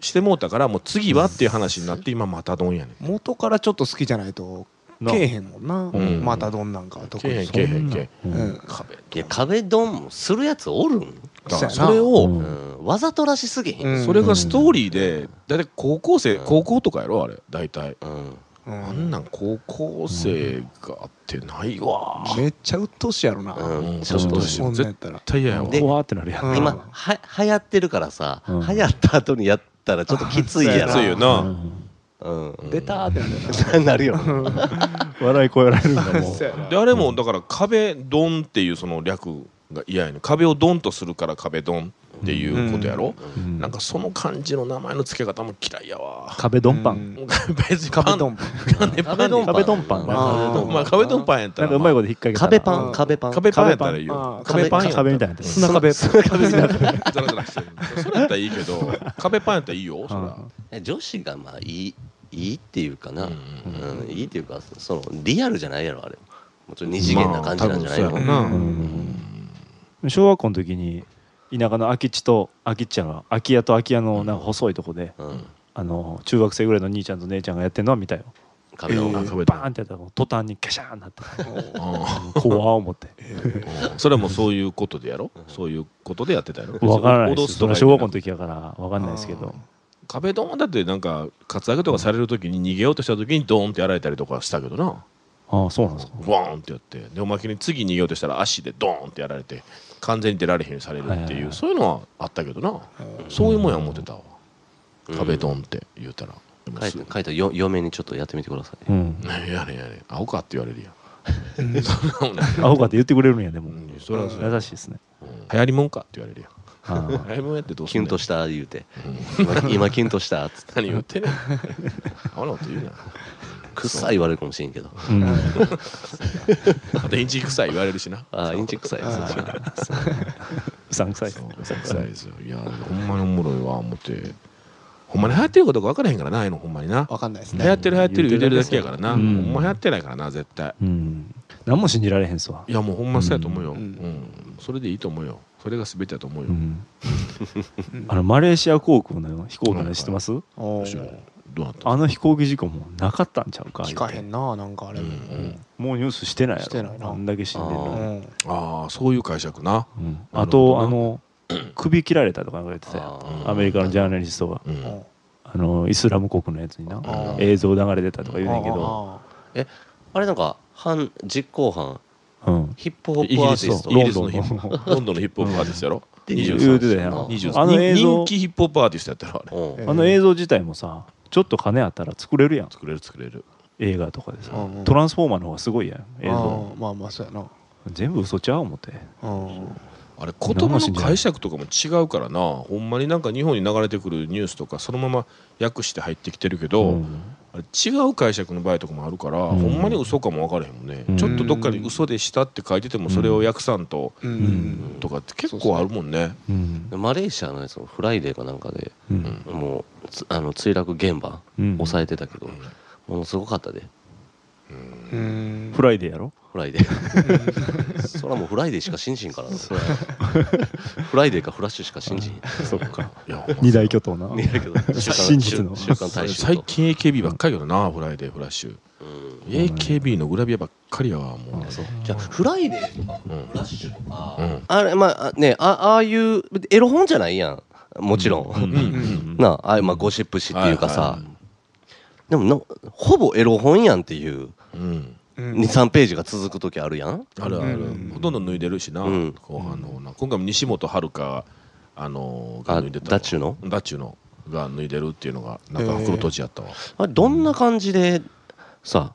Speaker 4: してもうたからもう次はっていう話になって今またどんやねん
Speaker 5: 元からちょっと好きじゃないと
Speaker 2: の
Speaker 5: けえへんもんな
Speaker 4: うん
Speaker 5: またどんなんかは特
Speaker 4: けえへん
Speaker 5: に
Speaker 4: けえへんけえへん
Speaker 2: うん
Speaker 5: うん
Speaker 4: 壁
Speaker 1: いや壁ドンもするやつおるん
Speaker 4: だから
Speaker 5: そうやな
Speaker 4: それ
Speaker 1: う
Speaker 4: を
Speaker 1: んわざとらしすぎへ
Speaker 5: うんん
Speaker 4: それがストーリーで大体高校生
Speaker 1: うん
Speaker 4: 高校とかやろあれ大体
Speaker 1: うん
Speaker 5: う
Speaker 4: あん
Speaker 5: ん
Speaker 4: なん高校生があってないわ
Speaker 5: めっちゃ鬱陶しいやろな
Speaker 1: うんちょ
Speaker 4: そ
Speaker 1: っ
Speaker 4: う
Speaker 1: と
Speaker 4: そう
Speaker 5: 女やったら
Speaker 4: 絶対嫌やわ
Speaker 1: で
Speaker 2: 怖ってなるや
Speaker 5: うん
Speaker 2: ん
Speaker 1: 今は流行ってるからさ、
Speaker 2: うん
Speaker 1: 流行った後にやったらちょっときついや
Speaker 5: き
Speaker 1: ろ
Speaker 5: つ
Speaker 4: そう
Speaker 5: い
Speaker 4: よ
Speaker 5: よ
Speaker 2: う
Speaker 4: なん
Speaker 1: うん、
Speaker 5: 出たーってなるよな
Speaker 1: たなるよ
Speaker 2: (laughs) 笑い超えられるんだもう
Speaker 5: そうやな
Speaker 4: であれもだから壁ドンっていうその略が嫌やねん壁をドンとするから壁ドンっていうことやろ
Speaker 2: うん
Speaker 4: なんかその感じの名前の付け方も嫌いやわ
Speaker 2: 壁ドンパ
Speaker 5: う
Speaker 2: ン
Speaker 5: ん
Speaker 4: もう (laughs) 別に
Speaker 5: 壁ド
Speaker 4: ン
Speaker 5: ンパン
Speaker 1: 壁ドンパン
Speaker 2: 壁ドンパン
Speaker 5: あー
Speaker 4: まあ壁ドンパンやった
Speaker 2: なんか
Speaker 4: ら
Speaker 2: うまいこと引っ掛けた
Speaker 1: 壁パ
Speaker 2: ら
Speaker 1: ン壁パン
Speaker 4: 壁パンやったらいいよ
Speaker 5: あー
Speaker 4: 壁パンやったら
Speaker 2: 壁みたいになってる
Speaker 5: 砂壁砂壁
Speaker 4: ザラザラしてるそれやったらいいけど壁パンやったらいいよそら
Speaker 1: え女子がまあいいいいっていうかな、
Speaker 4: う
Speaker 1: うんんいいっていうかそのリアルじゃないやろあれもちろん二次元な感じなんじゃないの、
Speaker 4: まあ多分そうやろ
Speaker 1: あ
Speaker 4: な
Speaker 5: うん
Speaker 2: うん小学校の時に田舎の空き地と空きっちゃんが空き家と空き家のなんか細いとこで、
Speaker 1: うん、
Speaker 2: あの中学生ぐらいの兄ちゃんと姉ちゃんがやってんのは見たよ
Speaker 1: 壁ドンパン、
Speaker 4: あ壁ドン
Speaker 2: バーンってやったら途端にキャシャーンなった
Speaker 4: あ
Speaker 2: 怖ー思って
Speaker 4: ーそれはもうそういうことでやろそういうことでやってたやろ
Speaker 2: 分からないで
Speaker 4: 脅
Speaker 2: す
Speaker 4: す
Speaker 2: そ
Speaker 4: と
Speaker 2: れ
Speaker 4: か
Speaker 2: は
Speaker 4: 言って
Speaker 2: 小
Speaker 4: な
Speaker 2: 学校の時やから分かんないですけど
Speaker 4: 壁ドンだってなんかカツアゲとかされるときに逃げようとしたときにドーンってやられたりとかしたけどな
Speaker 2: ああそうなんですか
Speaker 4: ワーンってやってでおまけに次逃げようとしたら足でドーンってやられて完全に出られへんようにされる
Speaker 2: は
Speaker 4: っ
Speaker 2: いはい
Speaker 4: てい
Speaker 2: は
Speaker 4: う
Speaker 2: い
Speaker 4: そういうのはあったけどなそういうもんや思ってたわ壁ドンって言うたらでも
Speaker 1: 書い
Speaker 4: す
Speaker 1: て
Speaker 4: ぐ
Speaker 1: 書いたよ嫁にちょっとやってみてください
Speaker 2: うん
Speaker 4: ね (laughs) やれやれアホかって言われるやん (laughs) そんなもんね
Speaker 2: アホかって言ってくれるんやでも
Speaker 4: うんそりゃそうや
Speaker 2: 優しいですね
Speaker 4: 流行りもんかって言われるやん
Speaker 2: あ
Speaker 4: ライブやってどうす
Speaker 1: キ
Speaker 4: ん
Speaker 1: ュ
Speaker 4: ね
Speaker 1: ン
Speaker 4: ん
Speaker 1: とした言うて
Speaker 4: うん
Speaker 1: 今今キュンとしたっつって
Speaker 4: (laughs) 何言ってんねんあのこと言うな
Speaker 1: くっさい言われるかもしれんけど
Speaker 4: (laughs)
Speaker 2: ーうん
Speaker 4: あとインチキ臭い言われるしな
Speaker 1: ああインチキ臭いですね
Speaker 2: うさんくさい
Speaker 4: そう臭いですよいやほんまにおもろいわ思ってほんまに流行ってることか分からへんからなああいうのほんまにな
Speaker 5: わかんないです
Speaker 4: 流
Speaker 5: ね。
Speaker 4: 行ってる流行ってる言うてるだけやからな、
Speaker 2: うん
Speaker 4: ほんま流行ってないからな絶対
Speaker 2: うん何も信じられへんっすわ
Speaker 4: いやもうほんまそうやと思うよ、う
Speaker 5: うんん
Speaker 4: それでいいと思うよそれが全てだと思うよ、 (laughs)
Speaker 2: うん
Speaker 5: うん
Speaker 2: あのマレーシア航空の飛行機の知ってます
Speaker 5: お
Speaker 4: 知ら
Speaker 5: ー
Speaker 4: ないどうなった
Speaker 2: あの飛行機事故もなかったんちゃうか
Speaker 5: 聞かへんな、なんかあれ
Speaker 4: う
Speaker 5: も。
Speaker 4: ん
Speaker 2: もうニュースしてないやろ
Speaker 5: してないな
Speaker 2: あんだけ死んでるの
Speaker 5: う
Speaker 1: あ
Speaker 2: に
Speaker 5: ん。
Speaker 4: ああそういう解釈な、
Speaker 2: うん
Speaker 4: な
Speaker 2: あ
Speaker 4: るほど
Speaker 2: と
Speaker 4: な
Speaker 2: あの首切られたとかなんか言ってたよ
Speaker 1: あ
Speaker 4: ー
Speaker 2: アメリカのジャーナリストが
Speaker 4: うん
Speaker 5: うん
Speaker 2: あのイスラム国のやつにな
Speaker 5: あー
Speaker 2: 映像流れてたとか言うねんけど、
Speaker 5: あ
Speaker 1: あれなんか反実行犯
Speaker 2: うん、
Speaker 1: ヒップホ
Speaker 4: イ
Speaker 1: ッ
Speaker 4: ギ
Speaker 1: プア
Speaker 4: リ
Speaker 1: ー
Speaker 4: ス
Speaker 1: ティ
Speaker 4: の
Speaker 1: スト
Speaker 4: イギリスのヒ
Speaker 2: ロンドン
Speaker 4: ッ
Speaker 2: の
Speaker 4: プホップロンドンのヒップホップアーティストやろ
Speaker 2: 言
Speaker 4: 23
Speaker 2: うてたやん
Speaker 1: あ
Speaker 4: 20
Speaker 2: あの映像
Speaker 4: 人気ヒップホップアーティストやったらあれ
Speaker 1: うん
Speaker 2: あの映像自体もさちょっと金あったら作れるやん
Speaker 4: 作れる作れる
Speaker 2: 映画とかでさ、
Speaker 5: うんうん
Speaker 2: トランスフォーマーの方がすごいやん
Speaker 5: ー
Speaker 2: 映像
Speaker 5: あーまあまあ、そうやな。
Speaker 2: 全部嘘ちゃう思って
Speaker 5: うん。
Speaker 4: あれ言葉の解釈とかも違うからなほんまになんか日本に流れてくるニュースとかそのまま訳して入ってきてるけど、
Speaker 2: うん
Speaker 4: あれ違う解釈の場合とかもあるから、
Speaker 2: ん
Speaker 4: ほんまに嘘かも分からへんもんね、
Speaker 2: うん
Speaker 4: ちょっとどっかに嘘でしたって書いててもそれを訳さんと、
Speaker 5: う
Speaker 2: うん
Speaker 5: ん。
Speaker 4: とかって結構あるもんね
Speaker 2: うん
Speaker 1: マレーシアのやつのフライデーかなんかで
Speaker 2: うん
Speaker 1: もうつあの墜落現場
Speaker 2: うん
Speaker 1: 抑えてたけどものすごかったで
Speaker 5: うん
Speaker 2: フライデーやろ
Speaker 1: フライデー
Speaker 4: (laughs)
Speaker 1: そらもうフライデーしか信じんからなフライデーかフラッシュしか信じん
Speaker 2: そっか
Speaker 4: いやほんま
Speaker 2: 二大巨頭ない
Speaker 1: や
Speaker 4: (laughs)
Speaker 1: けど週刊
Speaker 2: 真実の
Speaker 1: 週刊大衆
Speaker 4: 最
Speaker 1: と
Speaker 4: 近 AKB ばっかりやなフライデーフラッシュ
Speaker 1: うんいや
Speaker 4: AKB のグラビアばっかりやわもう
Speaker 2: あそう
Speaker 1: じゃあフライデーとか
Speaker 4: うん
Speaker 1: フラッシュあ
Speaker 4: う
Speaker 1: ー
Speaker 4: ん
Speaker 1: あれまああねあああいうエロ本じゃないやんもちろん、
Speaker 4: うん
Speaker 1: なあああいうまあゴシップ誌っていうかさ、
Speaker 4: はいは
Speaker 1: でもなほぼエロ本やんっていう
Speaker 4: うん
Speaker 5: うん
Speaker 1: 23ページが続く時あるやん
Speaker 4: あるある
Speaker 5: うん
Speaker 4: ほとんど脱いでるしな
Speaker 1: うん
Speaker 4: 後半の方な今回も西本遥があのー
Speaker 1: あ
Speaker 4: が脱いでたわ
Speaker 1: ダッチュの
Speaker 4: ダッチュのが脱いでるっていうのがなんか袋閉じやったわ
Speaker 1: あれどんな感じでさ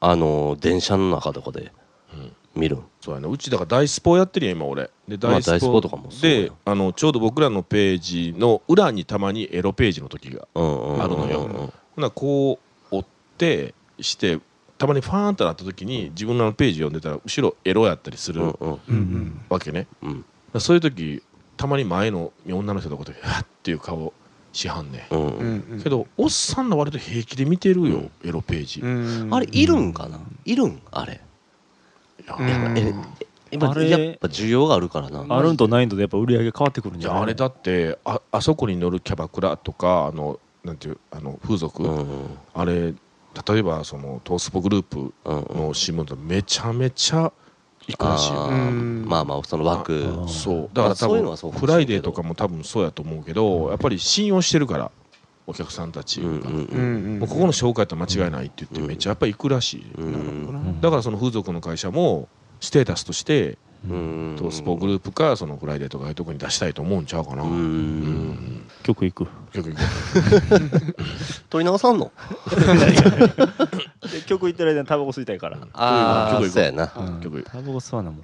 Speaker 1: あのー電車の中とかで
Speaker 4: うん
Speaker 1: 見るん
Speaker 4: そうやねうちだから大スポやってるやん今俺で
Speaker 1: まあ大スポとかもそうや
Speaker 4: であのちょうど僕らのページの裏にたまにエロページの時が
Speaker 1: うんうんうんうん
Speaker 4: あるのよほなこう追ってしてたまにファーンとなった時に自分らのページ読んでたら後ろエロやったりす
Speaker 1: うん
Speaker 4: る
Speaker 1: うん
Speaker 5: うん
Speaker 4: わけね、
Speaker 1: うん
Speaker 4: そういう時たまに前の女の人とかで「はっ」っていう顔しはんね
Speaker 1: うん
Speaker 5: うん。うん
Speaker 4: んけどおっさんら割と平気で見てるよエロページ、
Speaker 5: うん
Speaker 1: あれいるんかないるんあれ
Speaker 4: いや
Speaker 5: うん
Speaker 4: やっぱ
Speaker 1: え今
Speaker 2: あれ
Speaker 1: やっぱ需要があるからな
Speaker 2: あるんとないんとでやっぱ売り上げ変わってくるん
Speaker 4: い
Speaker 2: じゃ
Speaker 4: や
Speaker 2: ない
Speaker 4: あれだってああそこに乗るキャバクラとかあのなんていうあの風俗、
Speaker 1: うんうん
Speaker 4: あれ例えばそのトースポグループ
Speaker 1: うんうん
Speaker 4: の新聞とめちゃめちゃ行くらしいよ
Speaker 1: あ
Speaker 5: う
Speaker 1: ー
Speaker 5: ん
Speaker 1: まあまあその枠
Speaker 2: あ
Speaker 4: そうだから多
Speaker 1: そういうのはそう
Speaker 4: 分
Speaker 1: かもし
Speaker 4: フ
Speaker 1: れんけど
Speaker 4: ライデーとかも多分そうやと思うけどやっぱり信用してるからお客さんたち
Speaker 1: うんう
Speaker 4: が、
Speaker 1: ん
Speaker 4: も
Speaker 5: う
Speaker 1: うん
Speaker 5: ん。
Speaker 4: うここの紹介やったら間違いないって言って
Speaker 1: うん
Speaker 4: めっちゃやっぱり行くらしい、
Speaker 1: うん
Speaker 2: うん
Speaker 4: だからその風俗の会社もステータスとして
Speaker 1: うん
Speaker 4: トースポグループかそのフライデーとかああいうとこに出したいと思うんちゃうかな、
Speaker 1: う
Speaker 4: うん
Speaker 1: ん
Speaker 2: 曲いく
Speaker 4: 結局
Speaker 1: 取り直さんの
Speaker 2: 曲いってる間にタバコ吸いたいから
Speaker 1: あ
Speaker 4: ど
Speaker 1: あ
Speaker 4: ういうこと
Speaker 1: そうやな
Speaker 2: うん
Speaker 4: 曲
Speaker 2: タバコ吸わなもん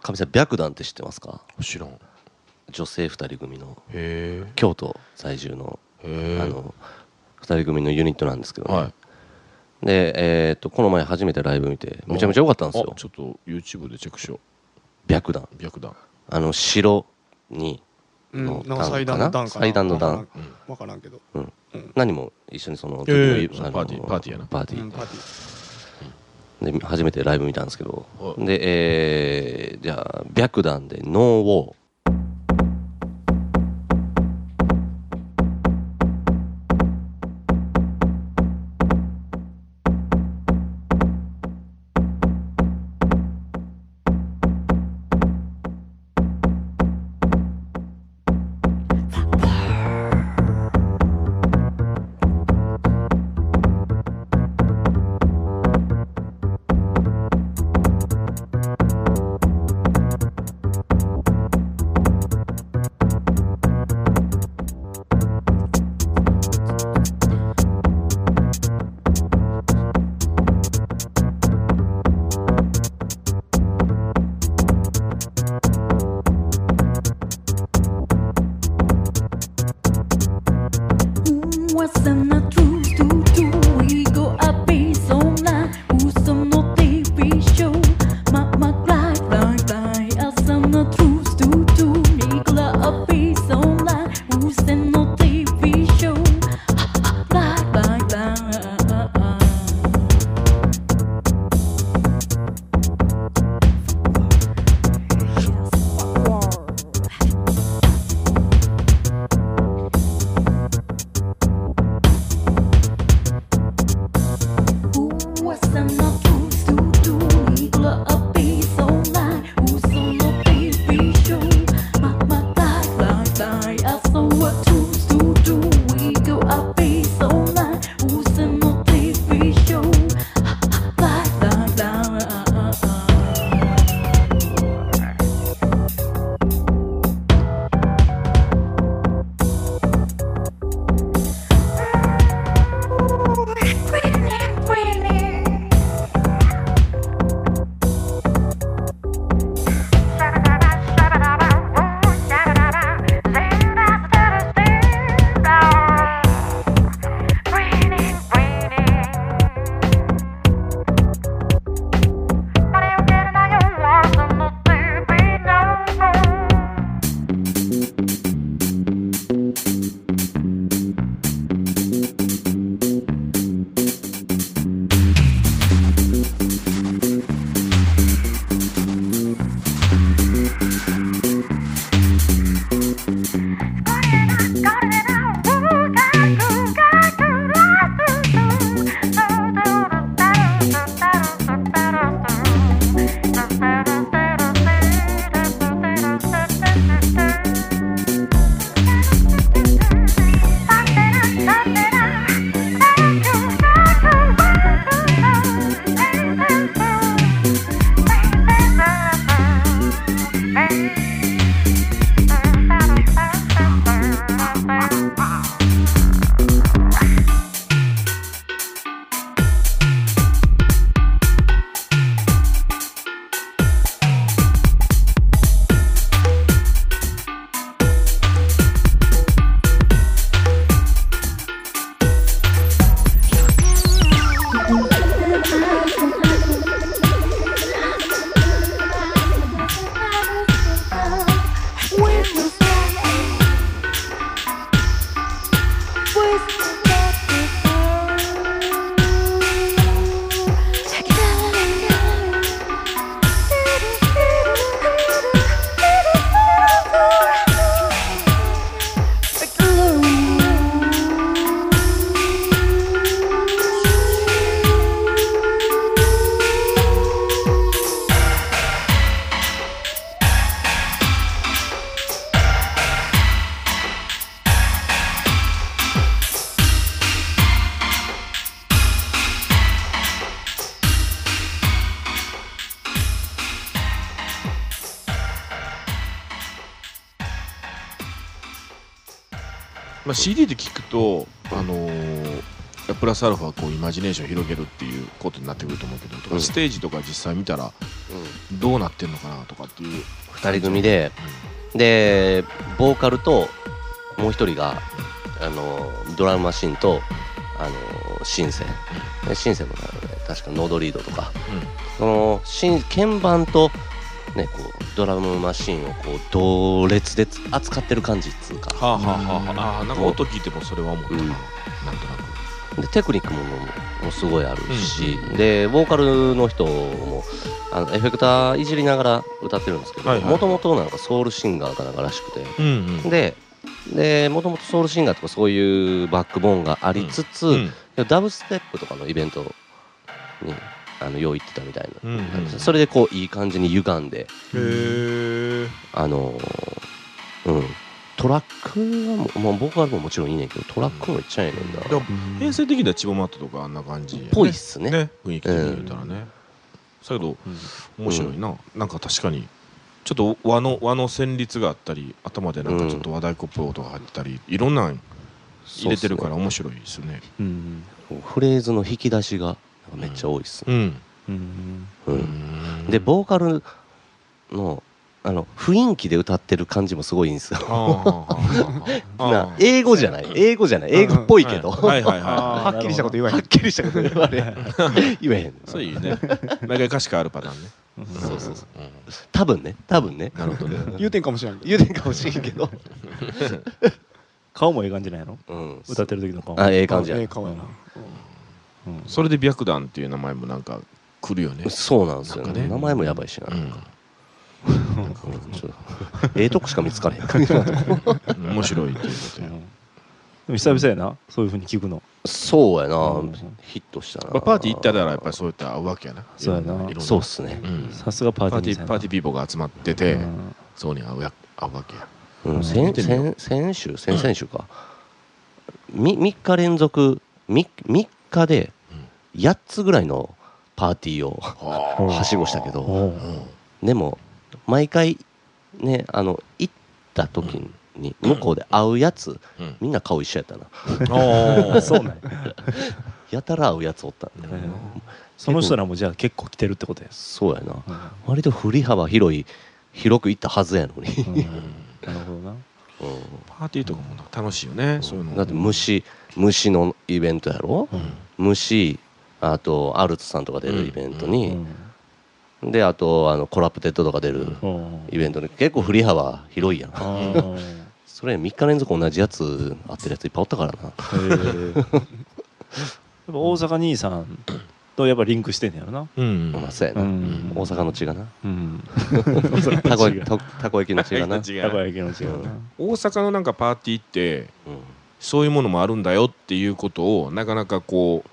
Speaker 1: かみさん白檀って知ってますか
Speaker 4: 知らんへ
Speaker 1: 女性2人組の
Speaker 4: え
Speaker 1: 京都在住の
Speaker 4: へ
Speaker 1: あ
Speaker 4: え
Speaker 1: の2人組のユニットなんですけどね、
Speaker 4: はい
Speaker 1: で、えー、とこの前初めてライブ見てめちゃめちゃ良かったんですよ
Speaker 4: あちょっと YouTube でチェックしよ
Speaker 1: 白檀
Speaker 4: う白檀
Speaker 1: あの白に
Speaker 5: うん
Speaker 1: の
Speaker 5: なんか祭壇の段かな。
Speaker 1: 祭壇の段
Speaker 4: うん
Speaker 5: わからんけど。
Speaker 1: 何も一緒にその,、
Speaker 4: ええ
Speaker 1: 時のあの
Speaker 4: パーティーパーティーやな
Speaker 1: パーテ
Speaker 5: う
Speaker 1: ィ
Speaker 5: んパーティー
Speaker 1: ーで初めてライブ見たんですけど、
Speaker 4: はい
Speaker 1: で、えー、じゃあ白檀で「ノーウォー」
Speaker 6: 「 sana tu tu tu ego apisona usam no TV show mama cry cry cry asana tu tu tu nigla apisona usam no TV show cry cry cry
Speaker 7: まあ、CD で聞くと、あのープラスアルファこうイマジネーションを広げるっていうことになってくると思うけどとか、
Speaker 1: うん
Speaker 7: ステージとか実際見たらどうなってんのかなとかっていう、
Speaker 1: 2人組ででボーカルともう1人があのドラムマシンとあのシンセでシンセもなので確かノードリードとか、そのシン鍵盤と、ね、こうドラムマシンをこう同列で扱ってる感じっつうか
Speaker 7: はあはあはあ、あーなんか音聞いてもそれは思った
Speaker 1: う
Speaker 7: な、
Speaker 1: ん
Speaker 7: なんとなく
Speaker 1: でテクニックもももすごいあるし、でボーカルの人もあのエフェクターいじりながら歌ってるんですけど
Speaker 7: はいはい
Speaker 1: もともとなんかソウルシンガーかなんからしくて
Speaker 7: うん
Speaker 1: ででもともとソウルシンガーとかそういうバックボーンがありつつ、
Speaker 7: うん
Speaker 1: でもダブステップとかのイベントにあの用意行ってたみたいな、
Speaker 7: うんうん
Speaker 1: それでこういい感じに歪んで
Speaker 7: へえ
Speaker 1: あのーうんトラックはもう、まあ、ボーカルももちろんいいねんけどトラックもいっちゃええねんな、
Speaker 7: でも編成的にはチボマットとかあんな感じやね
Speaker 1: ぽいっすね
Speaker 7: ね雰囲気で言うたらね、だけど面白いな、なんか確かにちょっと和の和の旋律があったり頭でなんかちょっと和太鼓っぽい音が入ったり、いろんなん入れてるから面白いですよね
Speaker 2: うん
Speaker 1: フレーズの引き出しがなんかめっちゃ多いっすね、
Speaker 7: うん
Speaker 2: うん
Speaker 1: うんでボーカルのあの雰囲気で歌ってる感じもすごいいいんですよ
Speaker 4: あ
Speaker 1: (laughs)
Speaker 4: あ
Speaker 1: な英語じゃない英語じゃない英語っぽいけど、
Speaker 4: はいはいは
Speaker 5: はっきりしたこと言わへん
Speaker 1: はっきりしたこと言われへん言えへん
Speaker 4: い。そういうね。毎回歌詞変わるパターンね。
Speaker 1: そうそうそう多分ね多分ね
Speaker 4: なるほどね。
Speaker 5: 言うてんかもしれんけど
Speaker 1: 言うてんかもしれんけど、
Speaker 2: 顔もええ感じなんやろ
Speaker 1: うん、
Speaker 2: 歌ってる時の顔
Speaker 1: あええ感じや
Speaker 5: ええ顔やな
Speaker 2: うん
Speaker 4: それで白檀っていう名前もなんか来るよね。
Speaker 1: そうなんですよ
Speaker 4: なん
Speaker 1: ね
Speaker 4: かね
Speaker 1: 名前もやばいしな、
Speaker 4: うん。
Speaker 1: うんちょっとええとこしか見つかれへん
Speaker 4: 面白いっていうこと
Speaker 2: う
Speaker 4: や。
Speaker 2: んでも久々やなそういうふうに聞くの
Speaker 1: そうやな、
Speaker 2: うん
Speaker 1: ヒットした
Speaker 4: ま
Speaker 1: な
Speaker 4: あパーティー行ったらやっぱりそういった合うわけやな。
Speaker 2: そうやない
Speaker 4: ろんいろん
Speaker 1: そうっすね
Speaker 4: うん
Speaker 2: さすがパ
Speaker 4: パ
Speaker 2: ーティ
Speaker 4: ー
Speaker 2: ー
Speaker 4: ティーパーティーピーポーが集まってて、
Speaker 2: うん
Speaker 4: そうに合うや合うわけや。
Speaker 1: うん、
Speaker 4: 見
Speaker 1: 先
Speaker 4: てみよ
Speaker 1: 先先週先々週か、み3日連続 3, 三日で8つぐらいのパーティーを
Speaker 4: は
Speaker 1: はしごしたけど
Speaker 2: おう
Speaker 4: あ。うん
Speaker 1: でも毎回ねあの行った時に向こうで会うやつ
Speaker 4: うん
Speaker 1: みんな顔一緒やったな
Speaker 4: (laughs) ああ。
Speaker 2: そうなんや
Speaker 1: やたら会うやつおったんで
Speaker 2: その人らもじゃあ結構来てるってことや
Speaker 1: そうやな
Speaker 2: うん
Speaker 1: 割と振り幅広い広く行ったはずやのに、
Speaker 2: なるほどな
Speaker 1: う
Speaker 4: パーティーとかも楽しいよね。そういうの。
Speaker 1: ん、だって虫虫のイベントやろ、虫あとアルツさんとか出るイベントに、であとあのコラプテッドとか出る
Speaker 2: うん
Speaker 1: イベントで結構振り幅広いやん
Speaker 2: あー
Speaker 1: それ3日連続同じやつ合ってるやついっぱいおったからな
Speaker 2: へーやっぱ大阪兄さんとやっぱリンクしてんねやろな
Speaker 4: うん。
Speaker 1: まあそうやな、
Speaker 2: ん
Speaker 1: 大阪の血がな
Speaker 2: うん
Speaker 1: たこたたこ焼きの血がな、
Speaker 4: 違
Speaker 2: たこ
Speaker 4: う
Speaker 2: 焼きの違うな
Speaker 4: 大阪のなんかパーティーって
Speaker 1: うん
Speaker 4: そういうものもあるんだよっていうことをなかなかこう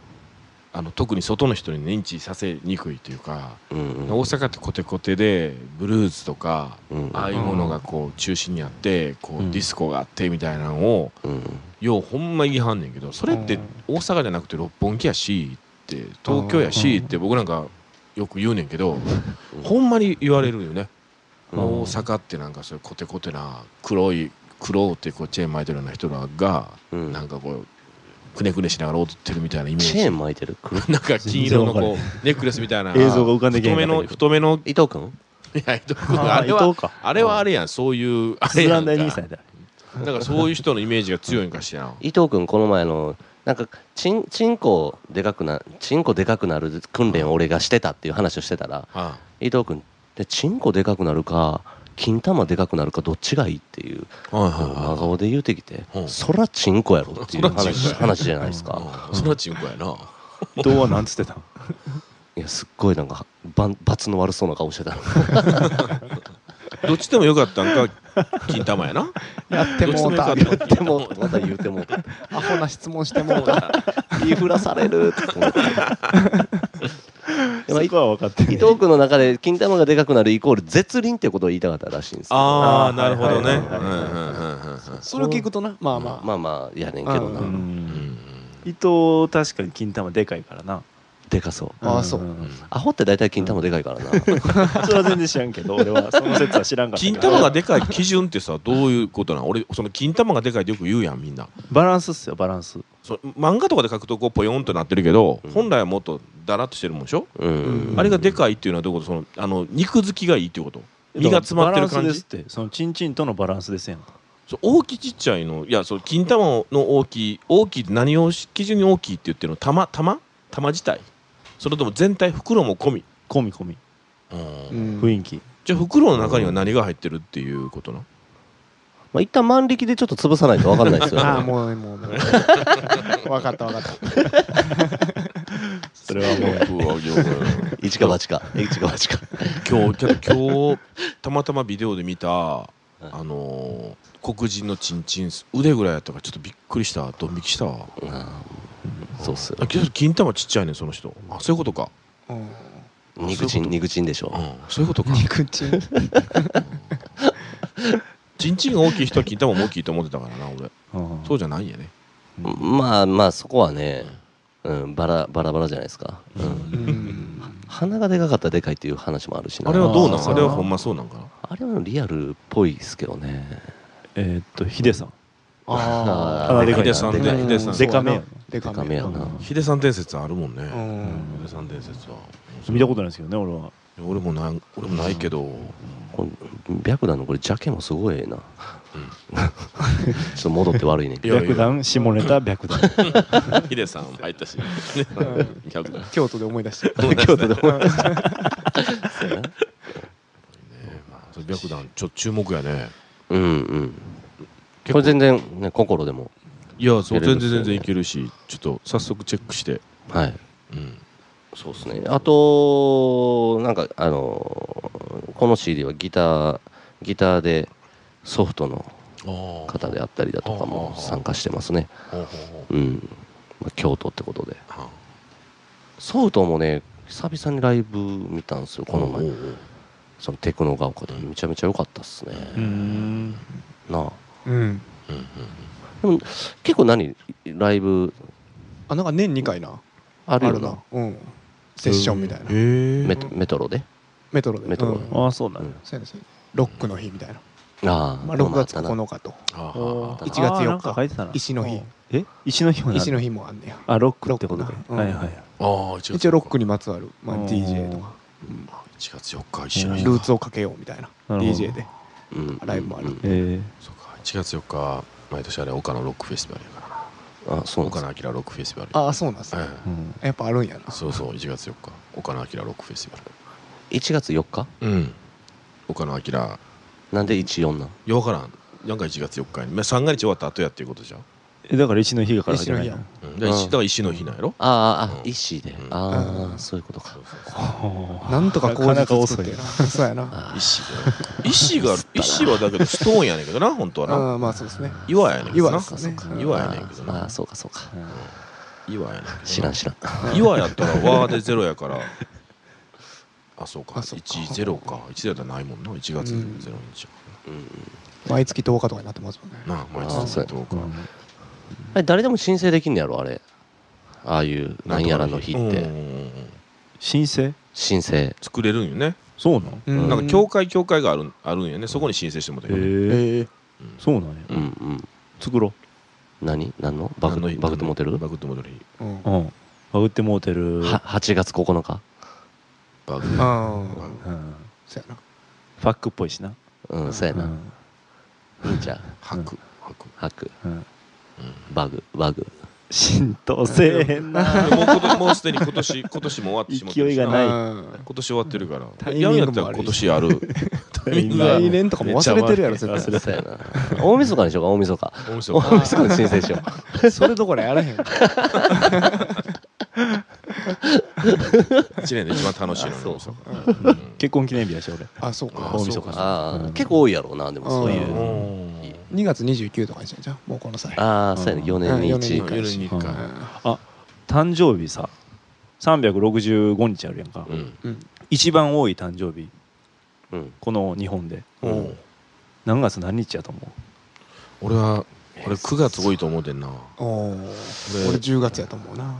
Speaker 4: あの特に外の人に認知させにくいというか、
Speaker 1: うんうん
Speaker 4: 大阪ってコテコテでブルーズとか、
Speaker 1: うん
Speaker 4: ああいうものがこう中心にあってこうディスコがあってみたいなのを、
Speaker 1: うん
Speaker 4: ようほんま言いはんねんけどそれって大阪じゃなくて六本木やしって東京やしって僕なんかよく言うねんけど、ほんまに言われるよね。
Speaker 1: うん
Speaker 4: 大阪ってなんかそういうコテコテな黒い黒ってこうチェーン巻いてるような人らが
Speaker 1: うん
Speaker 4: なんかこうくねくねしながら踊ってるみたいなイメー
Speaker 1: チ
Speaker 4: ジ
Speaker 1: ェーン巻いてる黒
Speaker 4: なんか金色のこう
Speaker 2: 全然わ
Speaker 4: ネックレスみたいな
Speaker 2: 映像が浮かんでけへ
Speaker 4: 太
Speaker 2: んかったけど
Speaker 4: めの太めの
Speaker 1: 伊藤君
Speaker 2: (laughs)
Speaker 4: いや伊藤君
Speaker 2: あ
Speaker 4: あれ
Speaker 2: ー伊藤
Speaker 4: は
Speaker 2: か
Speaker 4: あれはあれやんそういうあ
Speaker 2: ス
Speaker 4: れ
Speaker 2: ラ
Speaker 4: や
Speaker 2: ン
Speaker 4: ん
Speaker 2: ダ
Speaker 4: か
Speaker 2: 兄さんやで
Speaker 4: だからそういう人のイメージが強いんかしらん
Speaker 1: 伊藤君この前のなんかチンチンコでかくなチンコでかくなる訓練を俺がしてたっていう話をしてたら
Speaker 4: あ
Speaker 1: 伊藤君でチンコでかくなるか金玉でかくなるかどっちがいいっていう
Speaker 4: あはい
Speaker 1: 真
Speaker 4: は
Speaker 1: 顔で言うてきて
Speaker 4: う
Speaker 1: 「
Speaker 4: ん
Speaker 1: そらチンコやろ」っていう
Speaker 4: そらチ
Speaker 1: 話
Speaker 4: ンコや
Speaker 1: 話じゃないです
Speaker 4: い
Speaker 1: か
Speaker 4: はいうんそらちんこやな
Speaker 2: 伊藤はなんつってたん
Speaker 1: いやすっごいなんかば罰の悪そうな顔してた
Speaker 5: (laughs)
Speaker 1: の
Speaker 4: どっちでもよかったんか金玉やな
Speaker 5: やってもうた
Speaker 1: (laughs)
Speaker 4: どっち
Speaker 1: 言ってもうたまた言うてもうた
Speaker 5: アホな質問してもうた
Speaker 1: 言いふらされるって思ってでも
Speaker 2: そ
Speaker 1: 伊
Speaker 2: こは分かって
Speaker 1: 伊
Speaker 2: る
Speaker 1: 藤君の中で金玉がでかくなるイコール絶倫ってことを言いたかったらしいんですけど
Speaker 4: ああなるほど
Speaker 2: は
Speaker 4: ね
Speaker 2: い
Speaker 4: うんう
Speaker 2: は
Speaker 4: ん
Speaker 2: いはいはい
Speaker 4: うんうんうん
Speaker 5: それを聞くとなまあまあ
Speaker 1: まあまあやねんけど
Speaker 5: う
Speaker 2: う
Speaker 1: なん
Speaker 4: うん
Speaker 2: 伊藤確かに金玉でかいからな
Speaker 1: でかそう
Speaker 5: ああそうん
Speaker 1: アホって大体金玉でかいからな
Speaker 2: それは全然知らんけど俺はその説は知らんかったけ
Speaker 4: 金
Speaker 2: ど
Speaker 4: 玉がでかい基準ってさどういうことなん俺その金玉がでかいってよく言うやんみんな
Speaker 2: バランスっすよバランス
Speaker 4: そ漫画とかで書くとこうポヨンとなってるけど、本来はもっとだらっとしてるもんでしょ、
Speaker 1: うん
Speaker 4: あれがでかいっていうのはどういうことそのあの肉付きがいいっていうこと身が詰まってる
Speaker 2: バラ
Speaker 4: 感
Speaker 2: ンス
Speaker 4: じ
Speaker 2: ですってそのチンチンとのバランスですやん
Speaker 4: そう大きいちっちゃいのいやそう金玉の大きい大きいって何を基準に大きいって言ってるの玉玉玉自体それとも全体袋も込み、
Speaker 2: 込み込み
Speaker 5: うん
Speaker 2: 雰囲気
Speaker 4: じゃあ袋の中には何が入ってるっていうことな、
Speaker 1: まあ一旦万力でちょっと潰さないと分かんないですよ
Speaker 5: (laughs) あ
Speaker 1: ね
Speaker 5: あもうもうもう
Speaker 1: (laughs)
Speaker 5: わかったわかった
Speaker 2: それはもう
Speaker 1: 一か八か一か八か
Speaker 4: (laughs) 今日けど今日たまたまビデオで見た、あのー黒人のチンチン腕ぐらいやったからちょっとびっくりしたドン引きしたわ
Speaker 1: そうっすよ
Speaker 4: あけど金玉ちっちゃいねその人あそういうことか、
Speaker 5: うん
Speaker 1: 肉ちん肉ちんでしょ
Speaker 4: うん、そういうことか
Speaker 5: 肉ちん
Speaker 4: チンチンが大きい人は金玉も大きいと思ってたからな俺
Speaker 2: うん
Speaker 4: そうじゃないんやね
Speaker 1: まあまあそこはね、うん、バラバラバラじゃないですか、うん
Speaker 5: うん
Speaker 1: 鼻がでかかったらでかいっていう話もあるしな
Speaker 4: あれはどうなん
Speaker 2: あー
Speaker 4: あれはほんまそうなんかな
Speaker 1: あれはリアルっぽいですけどね
Speaker 2: えーっとヒデさん
Speaker 5: あ
Speaker 2: あ
Speaker 1: ー
Speaker 2: でかいな
Speaker 4: ヒデさん
Speaker 1: で
Speaker 4: ね
Speaker 1: かい
Speaker 5: あ
Speaker 1: な
Speaker 4: ヒデさん
Speaker 2: でかめやな
Speaker 5: でか
Speaker 1: でか
Speaker 5: め
Speaker 1: め
Speaker 5: や
Speaker 1: やな、
Speaker 4: ヒデさん伝説あるもんね、
Speaker 5: うん
Speaker 4: ヒデさん伝説は
Speaker 2: 見たことないですけどね俺は
Speaker 4: 俺もなん俺もないけど
Speaker 1: この白弾のこれジャケもすごいええな、 (laughs) ちょっと戻って悪いねんけ
Speaker 4: いやいや
Speaker 2: 白弾下ネタ白弾
Speaker 4: ヒデさん入ったし、ね、逆だ
Speaker 5: 京都で思い出して
Speaker 1: ど (laughs) 京都で思い出したそうやな
Speaker 4: 白弾ちょっと注目やね
Speaker 1: うんうんこれ全然ね心でも
Speaker 4: いやそう
Speaker 1: やれる
Speaker 4: 全
Speaker 1: んですよ
Speaker 4: 然
Speaker 1: ね
Speaker 4: 全然いけるしちょっと早速チェックして
Speaker 1: はい
Speaker 4: うん
Speaker 1: そうですねあとなんかあのーこの CD はギターギターでソフトの
Speaker 4: ああ
Speaker 1: 方であったりだとかも参加してますね
Speaker 4: ほうほうほ
Speaker 1: うん、まあ、京都ってことで
Speaker 4: うは
Speaker 1: ソウトもね久々にライブ見たんですよ
Speaker 4: あ
Speaker 1: この前
Speaker 4: おうおう
Speaker 1: そのテクノが丘でめちゃめちゃ良かったっすね、
Speaker 2: うん
Speaker 1: なあ
Speaker 5: うん
Speaker 4: うんうん
Speaker 1: でも結構何ライブ
Speaker 5: あなんか年2回な
Speaker 1: あるよな
Speaker 5: うんセッションみたいな
Speaker 4: え
Speaker 1: メトメトロで
Speaker 5: メトロで
Speaker 1: メトロ
Speaker 5: うん
Speaker 2: ああそうなんだ
Speaker 5: そうやねそうやねロックの日みたいな
Speaker 1: ああ
Speaker 5: まあ6月
Speaker 1: の
Speaker 5: 9日と
Speaker 4: あはあはあ
Speaker 1: あ
Speaker 5: 1月
Speaker 2: あーなん
Speaker 5: 4
Speaker 2: か書いてたな
Speaker 5: 日石の日
Speaker 2: え石の日もなんだ
Speaker 5: 石の日もあんねや
Speaker 2: あロックってことか
Speaker 5: ロックな
Speaker 2: は
Speaker 5: う
Speaker 2: い
Speaker 5: ん
Speaker 2: はいはい
Speaker 4: ああ一
Speaker 5: 一応ロックにまつわるまあ
Speaker 2: うん
Speaker 5: DJ とか
Speaker 4: 1月4日一緒の日
Speaker 5: ルー
Speaker 4: か
Speaker 5: ツをかけようみたいな
Speaker 2: なるほど
Speaker 5: DJ で
Speaker 1: うん
Speaker 5: ライブもある
Speaker 2: え
Speaker 4: そうか1月4日毎年あれ岡野ロックフェスティバルやからな
Speaker 1: あそうなんで
Speaker 4: 岡
Speaker 1: す
Speaker 4: 野明ロックフェスティバル
Speaker 5: ああそうなんすね
Speaker 4: え
Speaker 2: えうん
Speaker 5: やっぱあるんやな
Speaker 4: えそうそう1月4日岡野明ロックフェスティバ
Speaker 1: 1月4日
Speaker 4: ルうん岡野明
Speaker 1: なんで14なん
Speaker 4: ようわからんなんか1月4日にまあ三が日終わった後やっていうことじゃん、
Speaker 2: えだから石の日がから入ってない
Speaker 5: 石の日や
Speaker 4: うん、だから
Speaker 1: う
Speaker 4: 石
Speaker 1: ん
Speaker 4: だから石の日なんやろ
Speaker 1: あああ
Speaker 4: うん
Speaker 1: 石で
Speaker 4: うん
Speaker 1: あ
Speaker 5: う
Speaker 1: あ
Speaker 5: ん
Speaker 1: そういうことか
Speaker 5: なんとか
Speaker 2: な
Speaker 5: 工
Speaker 2: かなか
Speaker 5: 事
Speaker 2: 遅
Speaker 5: 作っ
Speaker 2: い
Speaker 5: て
Speaker 2: よ
Speaker 5: なそうやな
Speaker 1: あ
Speaker 4: 石で石が石はだけどストーンやねんけどな本当はな
Speaker 5: ああまあそうですね
Speaker 4: 岩やねんけど
Speaker 5: 岩
Speaker 4: な
Speaker 5: ですね
Speaker 4: 岩やねんけど
Speaker 1: あ
Speaker 4: な
Speaker 1: あそうかそうか
Speaker 4: 岩やねんけどな
Speaker 1: 知らん知らん
Speaker 4: 岩やったら和でゼロ
Speaker 1: (laughs)
Speaker 4: やからあそうか
Speaker 5: あそうか
Speaker 4: 1ゼロか1ゼロやったらないもんな1月
Speaker 5: うん
Speaker 4: ゼロ日や
Speaker 5: 毎月10日とかになってますもんね
Speaker 4: からななあ毎
Speaker 1: あ
Speaker 4: 日
Speaker 1: そうや
Speaker 4: どうか
Speaker 1: あれ誰でも申請できんねやろあれああいうなんやらの日っ
Speaker 4: うんうんう
Speaker 1: て
Speaker 4: んうん
Speaker 2: 申請
Speaker 1: 申請
Speaker 4: 作れるんよね
Speaker 2: そうなん
Speaker 5: う
Speaker 4: なんか教会教会があるあるんよねそこに申請してもらったけどね
Speaker 2: ええ
Speaker 5: ええ
Speaker 2: そうなんや
Speaker 1: うんうん
Speaker 2: 作ろ
Speaker 1: 何何のバグ
Speaker 4: 何の日
Speaker 1: バグってモテる
Speaker 4: バグってモデル日
Speaker 5: うん
Speaker 2: ううんバグってモーテル
Speaker 1: は8月9日
Speaker 4: バグ
Speaker 5: あ
Speaker 4: バ
Speaker 5: あ
Speaker 4: グ
Speaker 2: うん
Speaker 5: そうやな
Speaker 2: ファックっぽいしな
Speaker 1: うんそうや
Speaker 2: う
Speaker 1: なんいいんちゃう
Speaker 4: 吐く吐く
Speaker 1: ハク
Speaker 2: うん
Speaker 1: バグバグ
Speaker 2: 浸透せえへんな
Speaker 4: でもうこと (laughs) もうすでに今年今年も終わってしまってるし
Speaker 2: 勢いがない
Speaker 5: うん
Speaker 4: 今年終わってるから
Speaker 5: タイミン
Speaker 4: や
Speaker 5: グ
Speaker 4: るん
Speaker 5: も
Speaker 4: やったら今年ある
Speaker 5: (laughs)
Speaker 4: タイミングが
Speaker 5: 来年とかも忘れてるやろ絶対
Speaker 1: そうやな (laughs) 大晦日にしようか大晦日
Speaker 4: 大晦
Speaker 1: 大
Speaker 4: 日
Speaker 1: 晦日に申請しよ
Speaker 5: それどころやらへん
Speaker 4: 一年で一番楽しいの
Speaker 1: あ
Speaker 4: に
Speaker 1: そう
Speaker 4: 大晦日
Speaker 2: 結婚記念日やし俺
Speaker 5: あそうか
Speaker 4: あ
Speaker 2: 大
Speaker 4: そ
Speaker 2: 晦
Speaker 4: うか
Speaker 2: 日
Speaker 1: う (laughs) あ
Speaker 2: う
Speaker 1: あ
Speaker 2: ん
Speaker 1: 結構多いやろうなでもそういううん
Speaker 4: うん
Speaker 5: 2月29とかにしようじゃんもうこの際
Speaker 1: ああそうやね
Speaker 2: うん
Speaker 1: 4年に1
Speaker 5: うん
Speaker 4: 夜に一
Speaker 2: う
Speaker 4: 回
Speaker 5: う
Speaker 2: 誕生日さ365日あるやんか
Speaker 4: うん
Speaker 5: ん
Speaker 2: 一番多い誕生日
Speaker 1: うん
Speaker 2: この日本で
Speaker 4: うん
Speaker 2: 何月何日やと思う
Speaker 4: 俺は俺9月多いと思うてんな
Speaker 5: おお俺
Speaker 4: 俺
Speaker 5: 10月やと思うな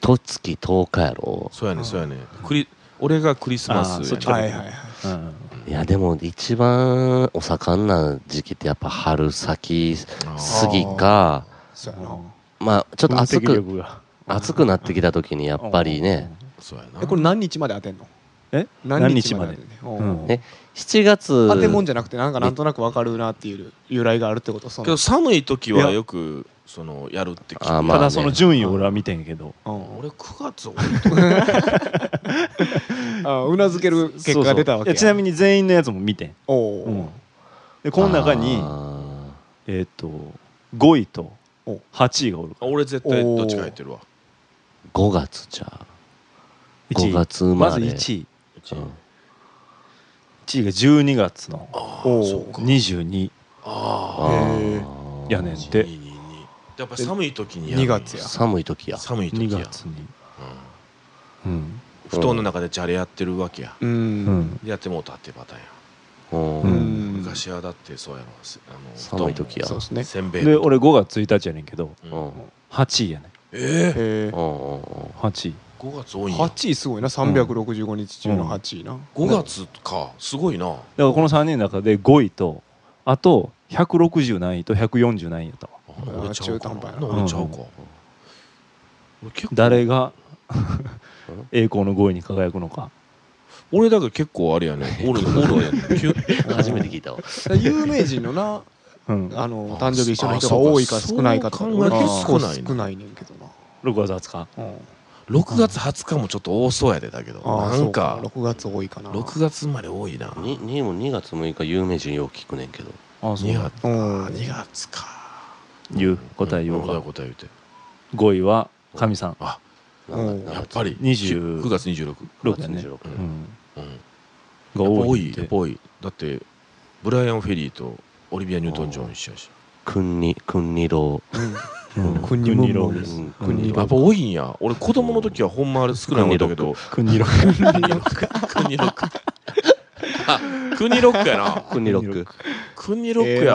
Speaker 1: とつき10日やろ
Speaker 4: そうやねそうやねクリ俺がクリスマスやね
Speaker 2: あそっちか
Speaker 5: はいはいはい
Speaker 2: うん
Speaker 1: いやでも一番お盛んな時期ってやっぱ春先
Speaker 4: あー
Speaker 1: 過ぎか
Speaker 5: そうやな
Speaker 1: まあちょっと暑
Speaker 2: 分析
Speaker 1: く
Speaker 2: 力が
Speaker 1: 暑くなってきた時にやっぱりね
Speaker 4: そうやな
Speaker 5: えこれ何日まで当てんの
Speaker 2: え
Speaker 5: 何日まで当
Speaker 2: 何
Speaker 5: てん
Speaker 2: 日までう
Speaker 5: の
Speaker 2: ん
Speaker 5: おー
Speaker 1: え7月
Speaker 5: 当てもんじゃなくてなんかなんとなくわかるなっていう由来があるってことそ
Speaker 4: けど
Speaker 5: の
Speaker 4: 寒い時はよくそのやるって聞
Speaker 1: あ
Speaker 4: く
Speaker 1: まあね
Speaker 2: ただその順位を俺は見てんけど
Speaker 5: うん
Speaker 4: 俺9月多い
Speaker 5: あうなずける結果が出た
Speaker 2: そうそ
Speaker 5: わけ
Speaker 2: ういやちなみ
Speaker 5: に
Speaker 2: に全員のやつも見てん
Speaker 5: お
Speaker 2: うん
Speaker 5: お
Speaker 2: でこの中に
Speaker 1: あ
Speaker 2: えっと5位と
Speaker 5: お
Speaker 2: 8位がおる
Speaker 4: あ俺絶対どっちか入ってるわ
Speaker 1: ー5月じゃあ
Speaker 2: 一位
Speaker 1: 5月生ま
Speaker 2: ま
Speaker 1: れ
Speaker 2: ず1位
Speaker 1: うん
Speaker 2: 1位が12月の
Speaker 5: お
Speaker 4: そう
Speaker 5: お
Speaker 4: か
Speaker 2: 22
Speaker 4: ああ
Speaker 1: あ
Speaker 5: へ
Speaker 1: ー
Speaker 2: やねんて
Speaker 4: やっぱ寒い時にやる
Speaker 5: 2月や
Speaker 1: 寒い時や
Speaker 4: 寒い時
Speaker 2: 2
Speaker 4: や
Speaker 2: 月にうん
Speaker 4: 布団の中でじゃれやってるわけや
Speaker 5: う
Speaker 2: うんん
Speaker 4: やってもうたってパターン
Speaker 1: うん
Speaker 4: や
Speaker 5: うん
Speaker 4: 昔はだってそうやろせあの
Speaker 1: 寒い時や
Speaker 5: そうですね
Speaker 4: せんべい
Speaker 2: で俺5月1日やねんけど
Speaker 1: うんうん
Speaker 2: 8位やね
Speaker 4: ええ
Speaker 5: へえ
Speaker 1: うんうん
Speaker 2: 8位
Speaker 4: 5月多いんや
Speaker 5: 8位すごいな365日中の8位な
Speaker 4: 5月かすごいな
Speaker 2: だからこの3人の中で5位とあと160何位と140何位やったわ
Speaker 4: あ俺ちゃうか
Speaker 5: 中途半端や
Speaker 4: な
Speaker 5: な
Speaker 4: 俺ちゃうか俺結
Speaker 2: (laughs)
Speaker 4: 構
Speaker 2: 誰が栄光の5位に輝くのか
Speaker 4: 俺だけ結構あれや
Speaker 5: (laughs)
Speaker 4: ねオールオールやね急
Speaker 1: 初めて聞いたわ
Speaker 5: 有名人のな
Speaker 2: うん、
Speaker 5: あの誕生日一緒の人が多いか少ないかとか
Speaker 4: あそうか
Speaker 5: 俺結
Speaker 4: そ
Speaker 5: 構
Speaker 4: う考えると
Speaker 5: 少ないねんけどな
Speaker 2: 6月20日
Speaker 4: 6月20日もちょっと多そうやでだけど
Speaker 5: あ
Speaker 4: なんか
Speaker 5: 6月多いかな
Speaker 4: 6月生まで多いな
Speaker 1: ににも2月6日有名人よく聞くねんけど
Speaker 2: あ
Speaker 4: 2月
Speaker 5: うん
Speaker 4: 2月か
Speaker 2: 言う答え言お
Speaker 4: 答え
Speaker 2: うか
Speaker 4: 答え言うて
Speaker 2: 5位はかみさん
Speaker 4: あ
Speaker 1: なんか
Speaker 4: やっぱり
Speaker 2: 20
Speaker 4: 9月26
Speaker 2: 6だね、
Speaker 1: 26
Speaker 4: う
Speaker 2: うんん、
Speaker 4: うん
Speaker 2: が
Speaker 4: 多
Speaker 2: 多
Speaker 4: い
Speaker 2: い
Speaker 4: っ
Speaker 2: ってて
Speaker 4: やっぱ多いだってブライアン・フェリーとオリビア・ニュートン・ジョーン一緒やし
Speaker 1: くんにくんにろ
Speaker 2: うん
Speaker 5: くんにむ
Speaker 2: くん
Speaker 5: んむん
Speaker 2: にろうで
Speaker 1: う
Speaker 2: す
Speaker 1: うん
Speaker 5: くんに
Speaker 4: やっぱ多いんや俺子供の時はほんまあれ少ないもんだけど
Speaker 2: 国ロ
Speaker 4: 国ロックあ国ロックやな
Speaker 1: くんにろく
Speaker 4: 国ロッ
Speaker 5: ええ
Speaker 4: ク
Speaker 5: な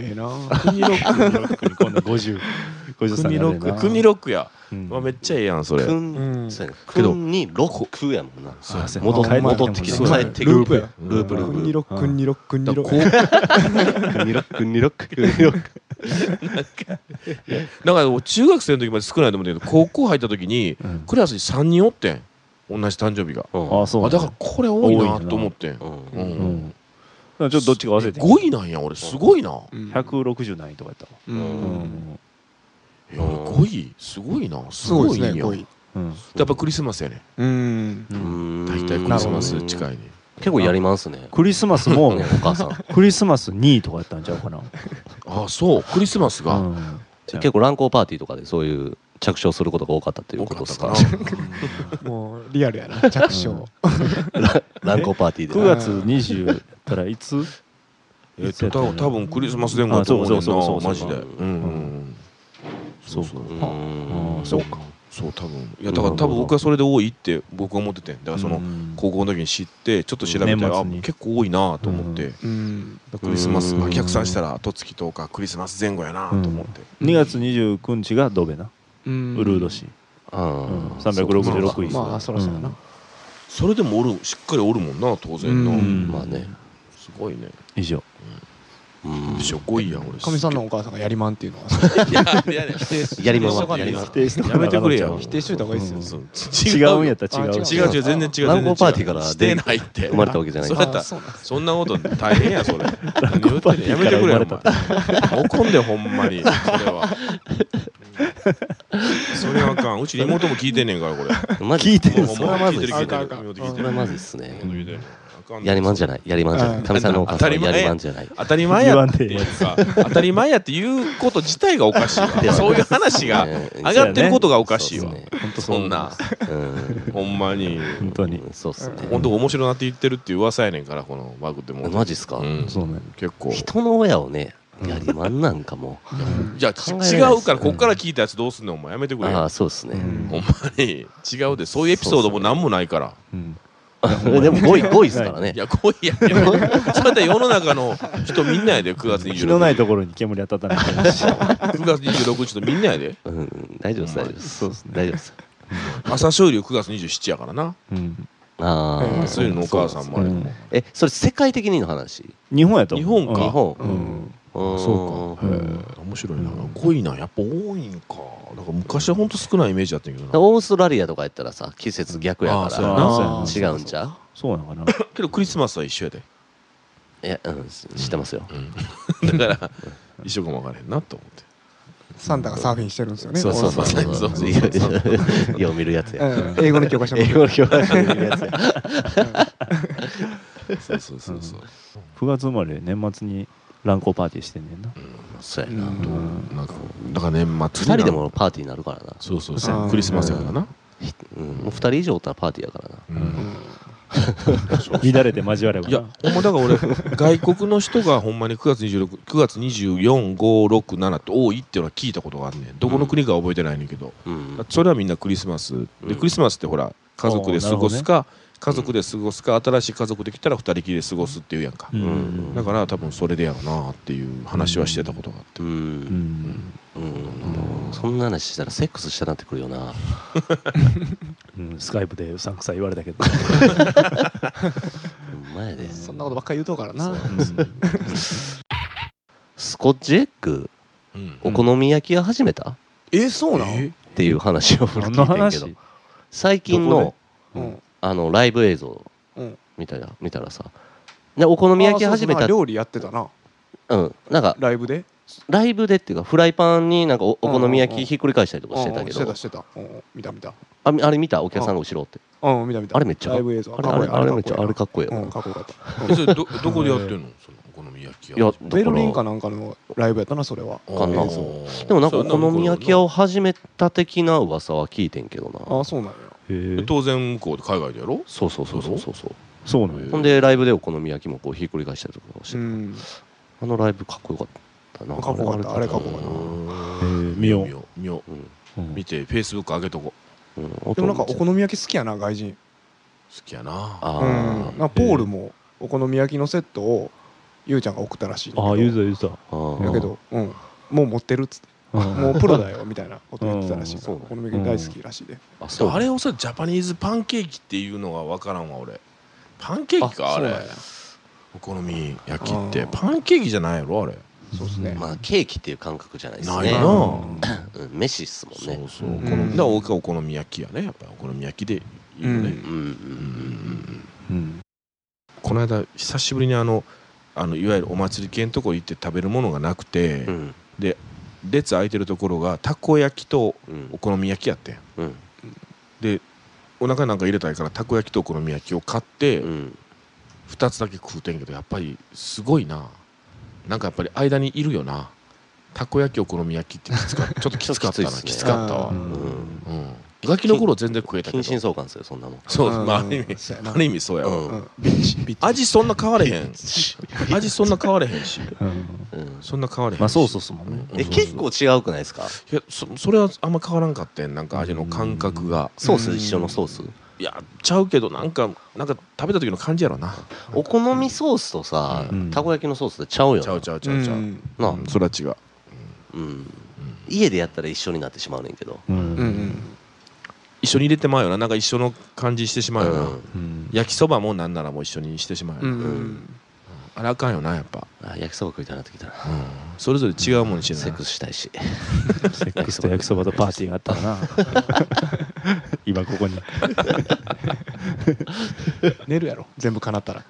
Speaker 4: や
Speaker 5: ええな
Speaker 4: 国ロ
Speaker 2: (laughs)
Speaker 4: ック
Speaker 2: 今度50 53
Speaker 4: 国ロック国
Speaker 2: ロ
Speaker 4: ロックや
Speaker 2: ッ
Speaker 4: まあめっちゃええやんそれ
Speaker 1: く
Speaker 5: うんん
Speaker 1: そうやね
Speaker 4: け
Speaker 1: く
Speaker 4: ど
Speaker 1: んにろくやもんな
Speaker 4: そうやね
Speaker 2: そう
Speaker 1: 戻っ
Speaker 2: 帰ってて
Speaker 1: 戻ってきて
Speaker 4: そう
Speaker 1: 帰
Speaker 4: やね
Speaker 1: ってく
Speaker 5: ル
Speaker 1: る
Speaker 5: ープや
Speaker 1: ループル
Speaker 5: く
Speaker 1: ー
Speaker 5: んに
Speaker 1: プ
Speaker 5: ろくんにろくんに
Speaker 4: だ
Speaker 5: ろ
Speaker 4: から
Speaker 1: くんにろくんにろくんにろく
Speaker 4: だから中学生の時まで少ないと思うんだけど高校入った時に
Speaker 2: うん
Speaker 4: クラスに3人おってん同じ誕生日が
Speaker 1: うん
Speaker 2: あそうな
Speaker 4: あ
Speaker 2: ん
Speaker 4: だからこれ多いなと思ってん
Speaker 1: うん
Speaker 4: う
Speaker 2: うんんちょっとどっちか忘れて
Speaker 4: 5位なんや俺すごいな
Speaker 2: 160何位とかやったわ
Speaker 5: うん
Speaker 2: うん
Speaker 4: いや5位すごいなす
Speaker 5: そう
Speaker 4: ご
Speaker 5: で
Speaker 4: い
Speaker 5: す
Speaker 4: んや
Speaker 5: ね5位
Speaker 2: うん
Speaker 4: やっぱクリスマスやね
Speaker 5: うん
Speaker 1: うん
Speaker 4: 大体クリスマス近いね
Speaker 1: 結構やりますね
Speaker 2: クリスマス
Speaker 1: お
Speaker 4: (laughs)
Speaker 2: も
Speaker 1: 母さん
Speaker 2: クリスマス2位とかやったんちゃうかな
Speaker 4: あそうクリスマスが
Speaker 2: うん
Speaker 1: 結構乱行パーティーとかでそういう着床することが多かったという
Speaker 4: 多
Speaker 1: こ
Speaker 4: か
Speaker 1: と
Speaker 4: っ
Speaker 1: で
Speaker 4: た
Speaker 1: す
Speaker 4: か
Speaker 1: か
Speaker 4: な
Speaker 5: もうリアルやな着床
Speaker 1: (laughs) 乱行パーティー
Speaker 2: 9
Speaker 1: で
Speaker 2: 月20からいつ
Speaker 4: えっと多多分クリスマス前後だと思うね
Speaker 2: あそうそうそ
Speaker 4: ん
Speaker 2: う
Speaker 4: な
Speaker 2: そう
Speaker 4: マジで
Speaker 1: うん
Speaker 4: うんうんそうそう
Speaker 1: う
Speaker 2: あ
Speaker 1: ん
Speaker 2: あそうか
Speaker 4: そう多分いやだから
Speaker 1: うん
Speaker 4: 多分僕はそれで多いって僕は思っててだからその
Speaker 2: うん
Speaker 4: 高校の時に知ってちょっと調べて
Speaker 2: 年
Speaker 4: あ
Speaker 2: 末に
Speaker 4: 結構多いなと思って
Speaker 5: うん
Speaker 4: だからクリスマス
Speaker 1: うん
Speaker 4: まあ逆算したら十月10日クリスマス前後やなと思って
Speaker 2: 2月29日がドベな
Speaker 5: うん
Speaker 2: ウルード氏
Speaker 1: ああ
Speaker 2: 366位
Speaker 5: まあそらそうやな
Speaker 4: それでもおるしっかりおるもんな当然
Speaker 5: う
Speaker 4: の
Speaker 5: ん
Speaker 1: まあね
Speaker 4: すごいね
Speaker 2: 以上
Speaker 1: うん
Speaker 4: しょこいやん俺
Speaker 5: かみさんのお母さんがやりまんっていうのは
Speaker 4: いやいやいや否定し
Speaker 1: やりまんは
Speaker 4: やりまん
Speaker 1: 否
Speaker 2: 定した
Speaker 4: やめてくれ
Speaker 1: (laughs)
Speaker 4: よ
Speaker 5: 否定しといた方がいいですよ
Speaker 4: そう
Speaker 2: 違
Speaker 4: 違う
Speaker 2: うんやったら違う
Speaker 5: あ違う
Speaker 4: 違う違う全然違う全然違
Speaker 1: 乱
Speaker 4: う
Speaker 1: 行パーティーから
Speaker 4: してないって
Speaker 1: 生まれたわけじゃない
Speaker 4: それやったら
Speaker 5: うなんです
Speaker 4: そんなこと大変やそれ何言ってんのやめてくれよお前怒んでほんまにそれはうんそれはあかんうちの妹も聞いてんねんからこれ
Speaker 1: マジ聞いて
Speaker 4: もう
Speaker 1: それ
Speaker 4: ほん
Speaker 1: は
Speaker 4: ま
Speaker 1: ま
Speaker 4: 聞い
Speaker 1: ず
Speaker 4: て
Speaker 1: い
Speaker 4: る
Speaker 1: っ
Speaker 4: 聞い
Speaker 1: す
Speaker 4: て
Speaker 5: あ
Speaker 4: る
Speaker 5: かんあかん
Speaker 4: 妹聞い
Speaker 1: そ
Speaker 4: て
Speaker 1: れ
Speaker 4: る
Speaker 1: はまずいっすね
Speaker 4: 妹聞いてるあかん
Speaker 1: やりまんじゃないやりまんじゃな
Speaker 5: う
Speaker 1: い
Speaker 5: ん
Speaker 1: かみさんのお母さん
Speaker 4: 当たり
Speaker 1: は
Speaker 4: 前
Speaker 1: やりまんじゃない
Speaker 4: 当たり前やっていうか
Speaker 2: 言
Speaker 4: 当たり前やっていうこと自体がおかしいわそういう話が上がってることがおかしいわ
Speaker 2: 本当
Speaker 4: そんな
Speaker 1: 本
Speaker 4: ほんまに
Speaker 2: 本当に
Speaker 1: そうっすね
Speaker 4: 本当面白なって言ってるっていう噂やねんからこのバグってもう
Speaker 1: マジっすか
Speaker 4: うん
Speaker 2: そうね
Speaker 4: 結構
Speaker 1: 人の親をねやりまんなんかも
Speaker 4: いや
Speaker 1: 考えられないっすね
Speaker 4: 違うからこっから聞いたやつどうすんのお前やめてくれ
Speaker 1: あ
Speaker 4: よ
Speaker 1: あそうっすね
Speaker 4: ほんまに違うでそういうエピソードも何もないから
Speaker 2: うん
Speaker 1: (laughs) でも5位5位っすからね
Speaker 4: いや来いやいやそうやったら世の中の人みんなやで9月
Speaker 2: 日のない
Speaker 4: 26日
Speaker 2: ところに煙当たったみたいなし
Speaker 4: 9月26日とみんなやで
Speaker 1: うん大丈夫っす大丈夫っす
Speaker 2: そうっすね
Speaker 1: 大丈夫っす
Speaker 4: 朝勝利9月27やからな
Speaker 2: うん
Speaker 1: ああ
Speaker 4: そういうのお母さんもあれ
Speaker 2: うん
Speaker 1: えそれ世界的にの話
Speaker 2: 日本やと思う
Speaker 4: 日本か
Speaker 1: 日本
Speaker 2: うん
Speaker 4: そうか
Speaker 1: うん
Speaker 4: へえ面白いな濃いなやっぱ多いんかだから昔はほんと少ないイメージだったんやけどな
Speaker 1: オーストラリアとかやったらさ季節逆や
Speaker 4: あ
Speaker 1: か
Speaker 4: そうや
Speaker 1: ら
Speaker 2: あ
Speaker 4: な
Speaker 1: 違うんちゃう
Speaker 2: そうなのかな
Speaker 4: けどクリスマスは一緒やで
Speaker 1: いや、うん、知ってますよ。
Speaker 4: だから一緒かもわからへんなと思って
Speaker 5: サンタがサーフィンしてるんですよね
Speaker 4: そうそうそうそう
Speaker 1: そう
Speaker 4: そう
Speaker 1: よう見るやつや。
Speaker 5: うん英語の教科書も
Speaker 1: 英語の教科書で見るやつや。
Speaker 4: そうそうそうそう
Speaker 2: 9月生まれ年末に乱行パーティーしてんねんな
Speaker 1: そうや
Speaker 5: う
Speaker 1: な。
Speaker 5: ん
Speaker 4: なんかだから年末
Speaker 1: 二人で
Speaker 4: も
Speaker 1: もパーティーになるからな。
Speaker 4: そうそう
Speaker 5: あ
Speaker 4: そう
Speaker 5: ー
Speaker 4: クリスマスやからな
Speaker 1: うん、もう二人以上おったらパーティーやからな。
Speaker 4: うん
Speaker 2: 乱れて交われば
Speaker 4: いやほんまだから俺外国の人がほんまに9月269月24567って多いっていうのは聞いたことがあんねんどこの国かは覚えてないねんけど
Speaker 1: うん。
Speaker 4: それはみんなクリスマス
Speaker 1: う
Speaker 4: で
Speaker 1: ん
Speaker 4: クリスマスってほら家族で過ごすか家族で過ごすか新しい家族できたら2人きりで過ごすっていうやんか
Speaker 2: う
Speaker 1: うん
Speaker 2: ん
Speaker 4: だから多分それでやろうなっていう話はしてたことがあっ
Speaker 1: う。
Speaker 2: うんん
Speaker 1: うん。そんな話したらセックスしたなってくるよな。
Speaker 2: うんスカイプでうさんくさい言われたけど
Speaker 1: 前で。
Speaker 5: そんなことばっかり言うとうからな
Speaker 1: スコッチエッグ、
Speaker 4: てうん
Speaker 1: お好み焼き屋始めたっ
Speaker 5: えそうなん
Speaker 4: え
Speaker 1: ていう話を俺
Speaker 2: 何
Speaker 1: 聞い
Speaker 2: の
Speaker 1: てんけど
Speaker 2: 話。
Speaker 1: 最近
Speaker 2: どこ
Speaker 1: の
Speaker 2: で、
Speaker 5: うん
Speaker 1: あの、ライブ映像
Speaker 5: うん
Speaker 1: 見たら見たらさでお好み焼き始め
Speaker 5: あ
Speaker 1: た
Speaker 5: ーそうそう料理やってたな
Speaker 1: うんなんか
Speaker 5: ライブで
Speaker 1: ライブでっていうかフライパンになんかおお好み焼きひっくり返したりとかしてたけ
Speaker 5: うんう
Speaker 1: ど
Speaker 5: んしてたしてたうん見た見た
Speaker 1: あみあれ見たお客さんの後ろって
Speaker 5: うん見た見た
Speaker 1: あれめっちゃ
Speaker 5: ライブ映像
Speaker 1: あれあれあ
Speaker 5: かっこいい
Speaker 1: れめっちゃあれ
Speaker 5: か
Speaker 1: かっこいい
Speaker 5: っこいい
Speaker 1: よ
Speaker 5: うんかっこよか
Speaker 1: (laughs)
Speaker 5: った
Speaker 4: えそれどどこでやってんのそのお好み焼き屋
Speaker 1: いや
Speaker 5: ベルリン
Speaker 1: だか
Speaker 5: かなんかのライブやったなそれは
Speaker 4: あ
Speaker 1: かな
Speaker 4: ー
Speaker 1: らでもなんかお好み焼き屋を
Speaker 4: そ
Speaker 1: 始めた的な噂は聞いてんけど
Speaker 5: あ
Speaker 1: な
Speaker 5: あそうなんや
Speaker 4: うなんだ当然向こうで海外でやろ
Speaker 1: そうそうそうそうそうそう
Speaker 2: そうなん
Speaker 1: ほんでライブでお好み焼きもこうひっくり返したりとかして、
Speaker 5: うん
Speaker 1: あのライブかっこよかったな
Speaker 5: かっこよかったあれかっこよかった
Speaker 4: う
Speaker 2: え
Speaker 4: ん
Speaker 2: 見よう
Speaker 4: 見よう見よ
Speaker 1: うん
Speaker 2: う
Speaker 4: うん見てフェイスブック上げとこ
Speaker 1: うん、
Speaker 5: でもなんかお好み焼き好きやな外人
Speaker 4: 好きやな
Speaker 5: う
Speaker 1: あ
Speaker 5: ん
Speaker 1: ー
Speaker 5: なんかポールもお好み焼きのセットをゆうちゃんが送ったらしいんだけど
Speaker 2: ああ言うぞ言うぞ
Speaker 1: あー
Speaker 5: だけどうんもう持ってるっつってもうプロだよみたいなこと言ってたらしいから
Speaker 1: うん
Speaker 5: お好み焼き大好きらしいで
Speaker 1: あ
Speaker 4: で
Speaker 1: そう
Speaker 4: もあれをさジャパニーズパンケーキっていうのが分からんわ俺パンケーキか
Speaker 5: あ
Speaker 4: あ
Speaker 5: そう
Speaker 4: れ
Speaker 5: なんや
Speaker 4: お好み焼きって
Speaker 5: あー
Speaker 4: パンケーキじゃないやろあれ
Speaker 5: そうですね
Speaker 1: まあケーキっていう感覚じゃないです
Speaker 4: な
Speaker 1: ね
Speaker 4: いな
Speaker 1: うん、飯っすもん
Speaker 4: そ
Speaker 1: ね
Speaker 4: うそう
Speaker 2: うん
Speaker 4: お好みだから俺がお好み焼きやねやっぱりお好み焼きでいいよね
Speaker 5: う
Speaker 1: うんうん
Speaker 4: うんうん
Speaker 2: うん
Speaker 4: この間久しぶりにあのあのいわゆるお祭り系のとこ行って食べるものがなくて
Speaker 1: うんうん
Speaker 4: 列空いてるところがたこ焼きと
Speaker 1: うん
Speaker 4: お好み焼きやってん
Speaker 1: うん
Speaker 4: でお腹なんか入れたいからたこ焼きとお好み焼きを買って
Speaker 1: うん
Speaker 4: 2つだけ食うてんけどやっぱりすごいななんかやっぱり間にいるよなたこ焼きお好み焼きってきつかちょっときつかったな
Speaker 1: ちょっとき
Speaker 4: き
Speaker 1: ついっすね
Speaker 4: つかったわ
Speaker 2: う
Speaker 1: うんん
Speaker 4: うんガキの頃全然食えたけ
Speaker 1: 近
Speaker 4: ど
Speaker 1: 親相関ですよそんなもん
Speaker 4: そう
Speaker 5: うん
Speaker 4: まあある意味
Speaker 5: そうやな
Speaker 4: ある意味そうやわ
Speaker 1: う
Speaker 5: うんんビッチビッチ
Speaker 4: 味そんな変われへん味そんな変われへんし
Speaker 2: うん
Speaker 1: うん
Speaker 4: そんな変われへんし
Speaker 2: まあソースっすもんね
Speaker 4: う
Speaker 1: え結構違うくないですか
Speaker 4: いやそそれはあんま変わらんかってんなんか味の感覚が
Speaker 1: ソース一緒のソース
Speaker 4: いやちゃうけどなんかなんか食べた時の感じやろな
Speaker 1: お好みソースとさ
Speaker 2: うん
Speaker 1: たこ焼きのソースってちゃうよ
Speaker 4: ちゃうちゃうちゃうちゃう、
Speaker 5: う
Speaker 4: うん
Speaker 1: な
Speaker 4: それは違う
Speaker 1: うん家でやったら一緒になってしまうねんけど
Speaker 2: う
Speaker 5: うんうんん
Speaker 4: 一緒に入れてまうよななんか一緒の感じしてしまうよな、
Speaker 1: うん
Speaker 2: うん
Speaker 4: 焼きそばもなんならもう一緒にしてしまうよな、
Speaker 5: うん
Speaker 4: あれあかんよなやっぱ、
Speaker 1: あ焼きそば食いたいなってきたな
Speaker 4: うんそれぞれ違うものにして
Speaker 1: セッ
Speaker 4: な
Speaker 1: クスしたいし
Speaker 2: セックスと焼きそばとパーティーがあったらな今ここに
Speaker 5: 寝るやろ全部叶ったら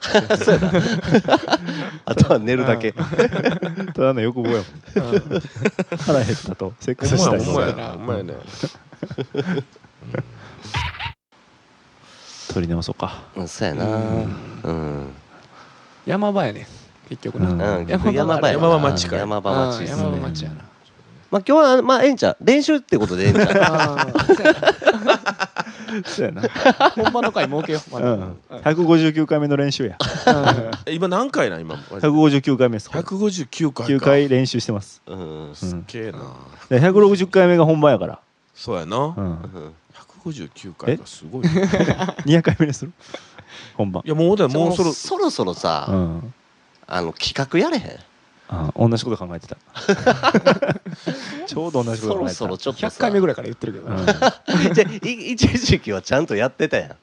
Speaker 1: あとは寝るだけ
Speaker 2: ただの欲望やもん腹減ったとセックスしたい
Speaker 4: ほんまやな
Speaker 5: そうやな
Speaker 4: ほんまやね
Speaker 2: 取り直そうか
Speaker 1: (laughs) うんそうやなうん
Speaker 5: 山場やね結局
Speaker 2: う
Speaker 5: な
Speaker 1: うん
Speaker 5: 山場
Speaker 1: 山場やな
Speaker 4: 山場町か
Speaker 1: 山場町
Speaker 5: う
Speaker 1: で
Speaker 5: ん
Speaker 1: す
Speaker 5: 山
Speaker 1: ね
Speaker 5: 場町やな
Speaker 1: まあ今日はまあええんちゃう練習ってことでええんちゃう
Speaker 5: あーそうや
Speaker 2: そうやな
Speaker 5: な本場の回儲けようまだうん
Speaker 2: 159回目の練習や
Speaker 4: え今何回なん今
Speaker 2: 159回目です
Speaker 4: 159回
Speaker 2: 9
Speaker 4: か
Speaker 2: 回練習してます
Speaker 1: うん
Speaker 4: すっげえな、
Speaker 2: で160回目が本番やから
Speaker 4: そうやな、
Speaker 2: うん
Speaker 1: うん
Speaker 4: 159回かすごいない
Speaker 2: 200回目にする本番
Speaker 4: やもうだよもうそ
Speaker 1: (laughs)
Speaker 4: ろ
Speaker 1: そろそろ
Speaker 2: う
Speaker 1: さ
Speaker 2: ん
Speaker 1: あの企画やれへん
Speaker 2: あ同じこと考えてたちょうど同じこ
Speaker 1: そろ
Speaker 2: と考えてた
Speaker 1: そろちょっと
Speaker 5: 100回目ぐ
Speaker 1: ら
Speaker 5: らいから言ってるけど
Speaker 2: うん
Speaker 5: な
Speaker 1: い (laughs) じゃあい一時期はちゃんとやってたや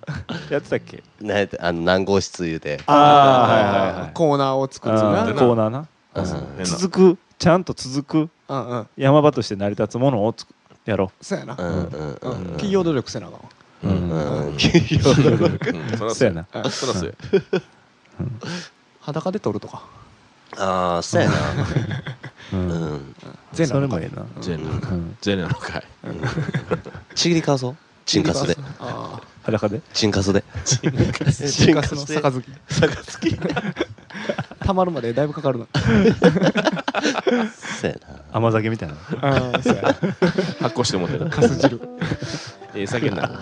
Speaker 2: やってたっけ
Speaker 1: んなんやったあの何号室言うて
Speaker 2: ああはいはいはい
Speaker 5: コーナーを作る
Speaker 2: あ
Speaker 5: な
Speaker 2: ー
Speaker 4: な
Speaker 2: コーナーな
Speaker 1: うん
Speaker 4: 変な
Speaker 2: 続くちゃんと続く
Speaker 5: うんうん
Speaker 2: 山場として成り立つものをつくやろ
Speaker 5: そうやな
Speaker 1: うんうんう
Speaker 5: うん
Speaker 1: ん
Speaker 5: 企業努力せなあかんわ
Speaker 2: う、
Speaker 1: う
Speaker 2: うん
Speaker 1: んうん
Speaker 4: うんそら
Speaker 2: そうやな
Speaker 4: そらそうや
Speaker 5: 裸で撮るとか
Speaker 1: ああそうやな
Speaker 2: うん
Speaker 1: うん
Speaker 5: 全
Speaker 2: そ
Speaker 5: 裸
Speaker 2: れも
Speaker 5: の回
Speaker 2: ええな
Speaker 4: 全裸の
Speaker 2: う
Speaker 4: 会
Speaker 2: ん
Speaker 4: 全裸の会
Speaker 1: (laughs) ちぎりかわそうチンカスで
Speaker 5: あ
Speaker 2: 裸で
Speaker 1: チンカスで
Speaker 5: あチン
Speaker 1: (laughs)
Speaker 5: カスの杯
Speaker 1: 杯
Speaker 5: (laughs) たまるまでだいぶかかるな
Speaker 1: そうやな
Speaker 2: 甘酒みたいな
Speaker 5: ああそうや
Speaker 4: 発行してもてな
Speaker 5: カス汁
Speaker 4: (laughs) ええ酒になる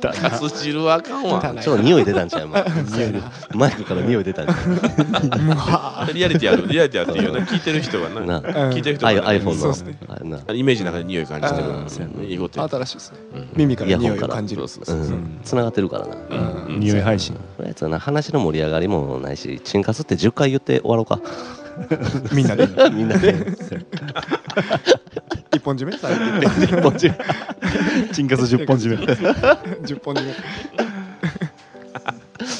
Speaker 2: だ
Speaker 4: カス汁はあかんわ
Speaker 1: ちょっと匂い出たんちゃう
Speaker 5: (laughs)
Speaker 1: 今マイクから匂い出たんちゃ
Speaker 4: リアリティあるリアリティあるっていうな聞いてる人は
Speaker 1: うな
Speaker 4: な
Speaker 5: うん
Speaker 4: 聞いてる人
Speaker 1: あ
Speaker 4: はいな
Speaker 1: iPhone
Speaker 5: そうっすね
Speaker 1: のあれな
Speaker 4: あのイメージの中で匂い感じてる
Speaker 5: あー
Speaker 2: そうやな
Speaker 4: うんいいことや
Speaker 5: 新しいですね
Speaker 4: うん
Speaker 5: 耳から匂いを感じる
Speaker 4: そうそう
Speaker 1: う
Speaker 4: そうん
Speaker 1: 繋がってるからなこ
Speaker 4: うん
Speaker 2: 匂い配信
Speaker 1: れやつはな話の盛り上がりもないしチンカスって10回言って終わろうか
Speaker 5: みんなで
Speaker 1: みんなで
Speaker 5: 一本締め最
Speaker 2: (laughs)
Speaker 5: 近
Speaker 1: 一本中
Speaker 2: チンカス10本締め
Speaker 5: 10本締め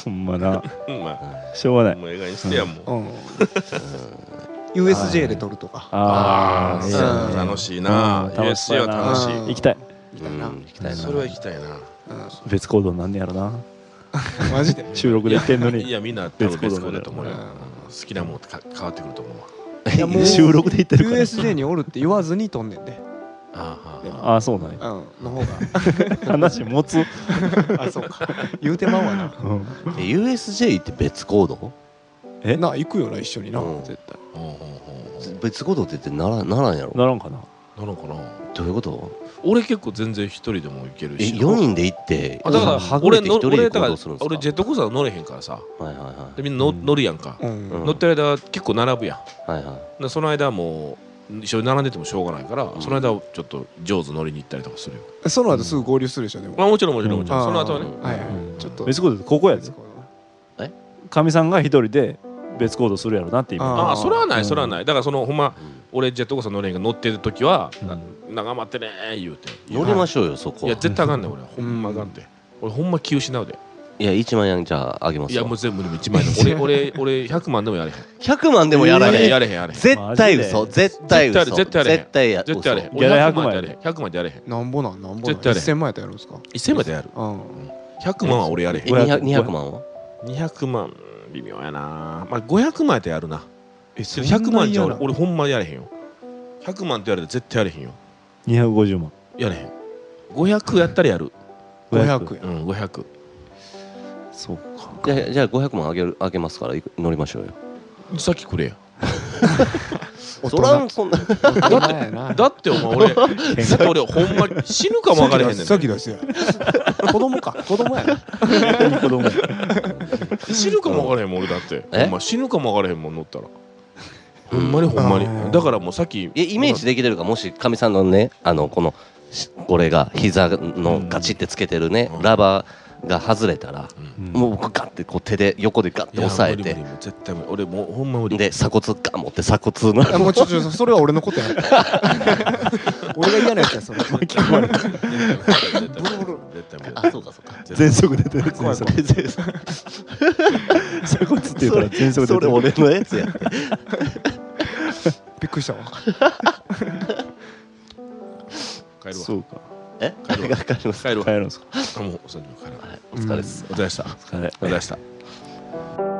Speaker 2: ほんまな
Speaker 4: うんま
Speaker 2: しょうが
Speaker 4: あ
Speaker 2: ない
Speaker 4: もう映画にしてやもう
Speaker 5: うん USJ で撮るとか
Speaker 2: あ
Speaker 4: あ
Speaker 2: あ
Speaker 4: ー
Speaker 2: いい
Speaker 4: そう
Speaker 2: ね
Speaker 4: やな楽しいな
Speaker 2: うん楽しそ
Speaker 4: USJ
Speaker 2: う
Speaker 4: は
Speaker 2: やな
Speaker 4: 楽し
Speaker 5: うん
Speaker 4: い
Speaker 2: 行きたい
Speaker 1: うん行きたいな
Speaker 4: それは行きたいな
Speaker 5: うん
Speaker 2: 別行動なんねやろな
Speaker 5: マジで
Speaker 2: 収録で言ってんの
Speaker 4: い
Speaker 2: に
Speaker 4: やみんな多分
Speaker 2: 別
Speaker 4: 別
Speaker 2: 行動だ
Speaker 4: 行だ
Speaker 2: よ
Speaker 4: と思うよ、
Speaker 5: うん
Speaker 4: うん好きなもんか変わってくると思うわ
Speaker 5: いやもう
Speaker 1: 収録で言ってるから
Speaker 5: USJ におるって言わずにとんねんで、
Speaker 4: ああ
Speaker 2: ああそうなん
Speaker 5: うん、
Speaker 2: や
Speaker 5: の方
Speaker 2: 話持つ、
Speaker 5: があそうか言うてまうわな
Speaker 2: うん
Speaker 1: え USJ って別行動
Speaker 2: え
Speaker 5: な行くよな一緒にな、
Speaker 1: うん
Speaker 5: 絶対
Speaker 4: ああほうほうほう
Speaker 1: 別行動って言ってならならんやろ
Speaker 2: ならんかな
Speaker 4: なのかな
Speaker 1: どういうこと
Speaker 4: 俺結構全然一人でも行ける
Speaker 1: え
Speaker 4: し
Speaker 1: 4人で行って
Speaker 4: あだから
Speaker 1: はぐ
Speaker 4: 俺
Speaker 1: れて一
Speaker 4: の
Speaker 1: 人
Speaker 4: 俺
Speaker 1: で
Speaker 4: だ
Speaker 1: 行
Speaker 4: か
Speaker 1: 動
Speaker 4: ら
Speaker 1: するん
Speaker 4: 俺ジ
Speaker 1: す
Speaker 4: ェットコースター乗れへんからさ
Speaker 1: かはいは
Speaker 4: でみんな乗
Speaker 2: うん
Speaker 4: 乗るやんか
Speaker 5: うん、
Speaker 1: うん
Speaker 4: 乗ってる間結構並ぶやん
Speaker 1: いはいはいはい
Speaker 4: でその間はもう一緒に並んでてもしょうがないから、
Speaker 1: うん
Speaker 4: その間はちょっと上手乗りに行ったりとかするよ、
Speaker 5: その後すぐ合流するでしょでも、
Speaker 4: まあ、もちろんもちろんもちろん、
Speaker 5: あー
Speaker 4: その後はね
Speaker 5: はいはい、
Speaker 2: うん
Speaker 5: ちょっと
Speaker 2: 別行動ってここやで
Speaker 1: え
Speaker 2: かみさんが一人で別行動するやろなって今
Speaker 5: ー
Speaker 4: ああそれはな
Speaker 2: うん
Speaker 4: いそれはないだからそのほんま俺ジェットコースター乗れへんが乗ってる時は
Speaker 2: うん
Speaker 4: 「長待ってね」言うて
Speaker 1: うん乗りましょうよそこ
Speaker 4: い
Speaker 1: は
Speaker 4: や絶対あかんねん俺ほんまあかんて俺ほんま気失うで
Speaker 1: いや1万円じゃああげます
Speaker 4: い
Speaker 1: わ
Speaker 4: やもう全部でも1枚の俺俺俺100万でもやれへん
Speaker 1: 100万でもやら
Speaker 4: やれ
Speaker 1: れへ
Speaker 4: へん
Speaker 1: ん
Speaker 4: やれへんやれへん
Speaker 1: 絶対嘘
Speaker 2: マジ
Speaker 1: 絶対嘘
Speaker 4: 絶対あれ
Speaker 1: 絶対や
Speaker 4: 絶対やれへん
Speaker 1: 嘘
Speaker 4: 俺
Speaker 2: ギャラ
Speaker 4: 100
Speaker 2: 100
Speaker 4: 万
Speaker 2: 万
Speaker 4: やれへん100万でやれへん
Speaker 5: なんぼなんなんぼなん
Speaker 4: 絶対やれ
Speaker 5: 1000万やったらやるんですか
Speaker 4: 1000までやる
Speaker 5: うん
Speaker 4: 100万は俺やれへん
Speaker 1: え200 200万は
Speaker 4: 200万微妙やなまあ500万やったらやるな
Speaker 5: え
Speaker 4: けど100万じゃ
Speaker 5: そん
Speaker 4: 俺
Speaker 5: なん嫌な
Speaker 4: 俺ほんまやれへんよ100万ってやると絶対やれへんよ
Speaker 2: 250万
Speaker 4: やれへん500やったらやる
Speaker 5: 500や
Speaker 4: うん500
Speaker 2: そう
Speaker 1: じ
Speaker 2: か
Speaker 1: ゃあじゃあ500万あげるあげますからいく乗りましょうよ
Speaker 4: さっきくれや
Speaker 5: 大
Speaker 1: そらん
Speaker 5: 人
Speaker 1: そんな
Speaker 5: 大人やな
Speaker 4: だってお前俺さっき俺ほんまに死ぬかも分からへんねん
Speaker 5: さっき出すや子供か子供やな
Speaker 2: 子供
Speaker 4: 死ぬかも分からへんもん俺だって
Speaker 1: え
Speaker 4: ほんま死ぬかも分からへんもん乗ったらほんまにほんま
Speaker 5: う
Speaker 4: に
Speaker 5: ん
Speaker 4: だからもうさっき
Speaker 1: えイメージできてるかもしかみさんのねあのこのしこれが膝のガチってつけてるね、
Speaker 4: うん
Speaker 1: ラバーが外れたら、もう
Speaker 2: う
Speaker 1: 僕ガッてこう手で横でガッて押さえ
Speaker 4: いや
Speaker 1: て
Speaker 4: 無理無理絶対無理俺もうほんま無理
Speaker 1: で鎖骨ガン持って鎖骨の
Speaker 5: あもうちょちょそれは俺のことや (laughs) 俺が嫌なやつやそれ
Speaker 4: 巻き込まれた絶対無理絶対無理
Speaker 1: あそうかそう (laughs) か
Speaker 4: 絶対無理
Speaker 2: 全速出てる全速鎖骨っていうから全速
Speaker 1: (laughs)
Speaker 2: 出
Speaker 1: そ
Speaker 2: て
Speaker 1: れ
Speaker 2: る
Speaker 1: 俺のやつやって
Speaker 5: びっくりしたわ
Speaker 4: 帰るわ
Speaker 2: そうか
Speaker 1: え
Speaker 4: 帰るわ
Speaker 1: わかります
Speaker 4: 帰る
Speaker 2: 帰
Speaker 4: わ
Speaker 2: るんですか
Speaker 4: あもうそれで帰る
Speaker 1: (laughs)
Speaker 4: わ
Speaker 1: はいお疲れっす
Speaker 4: お疲れ様でした
Speaker 2: 疲れ
Speaker 4: お疲れ様でした
Speaker 5: 「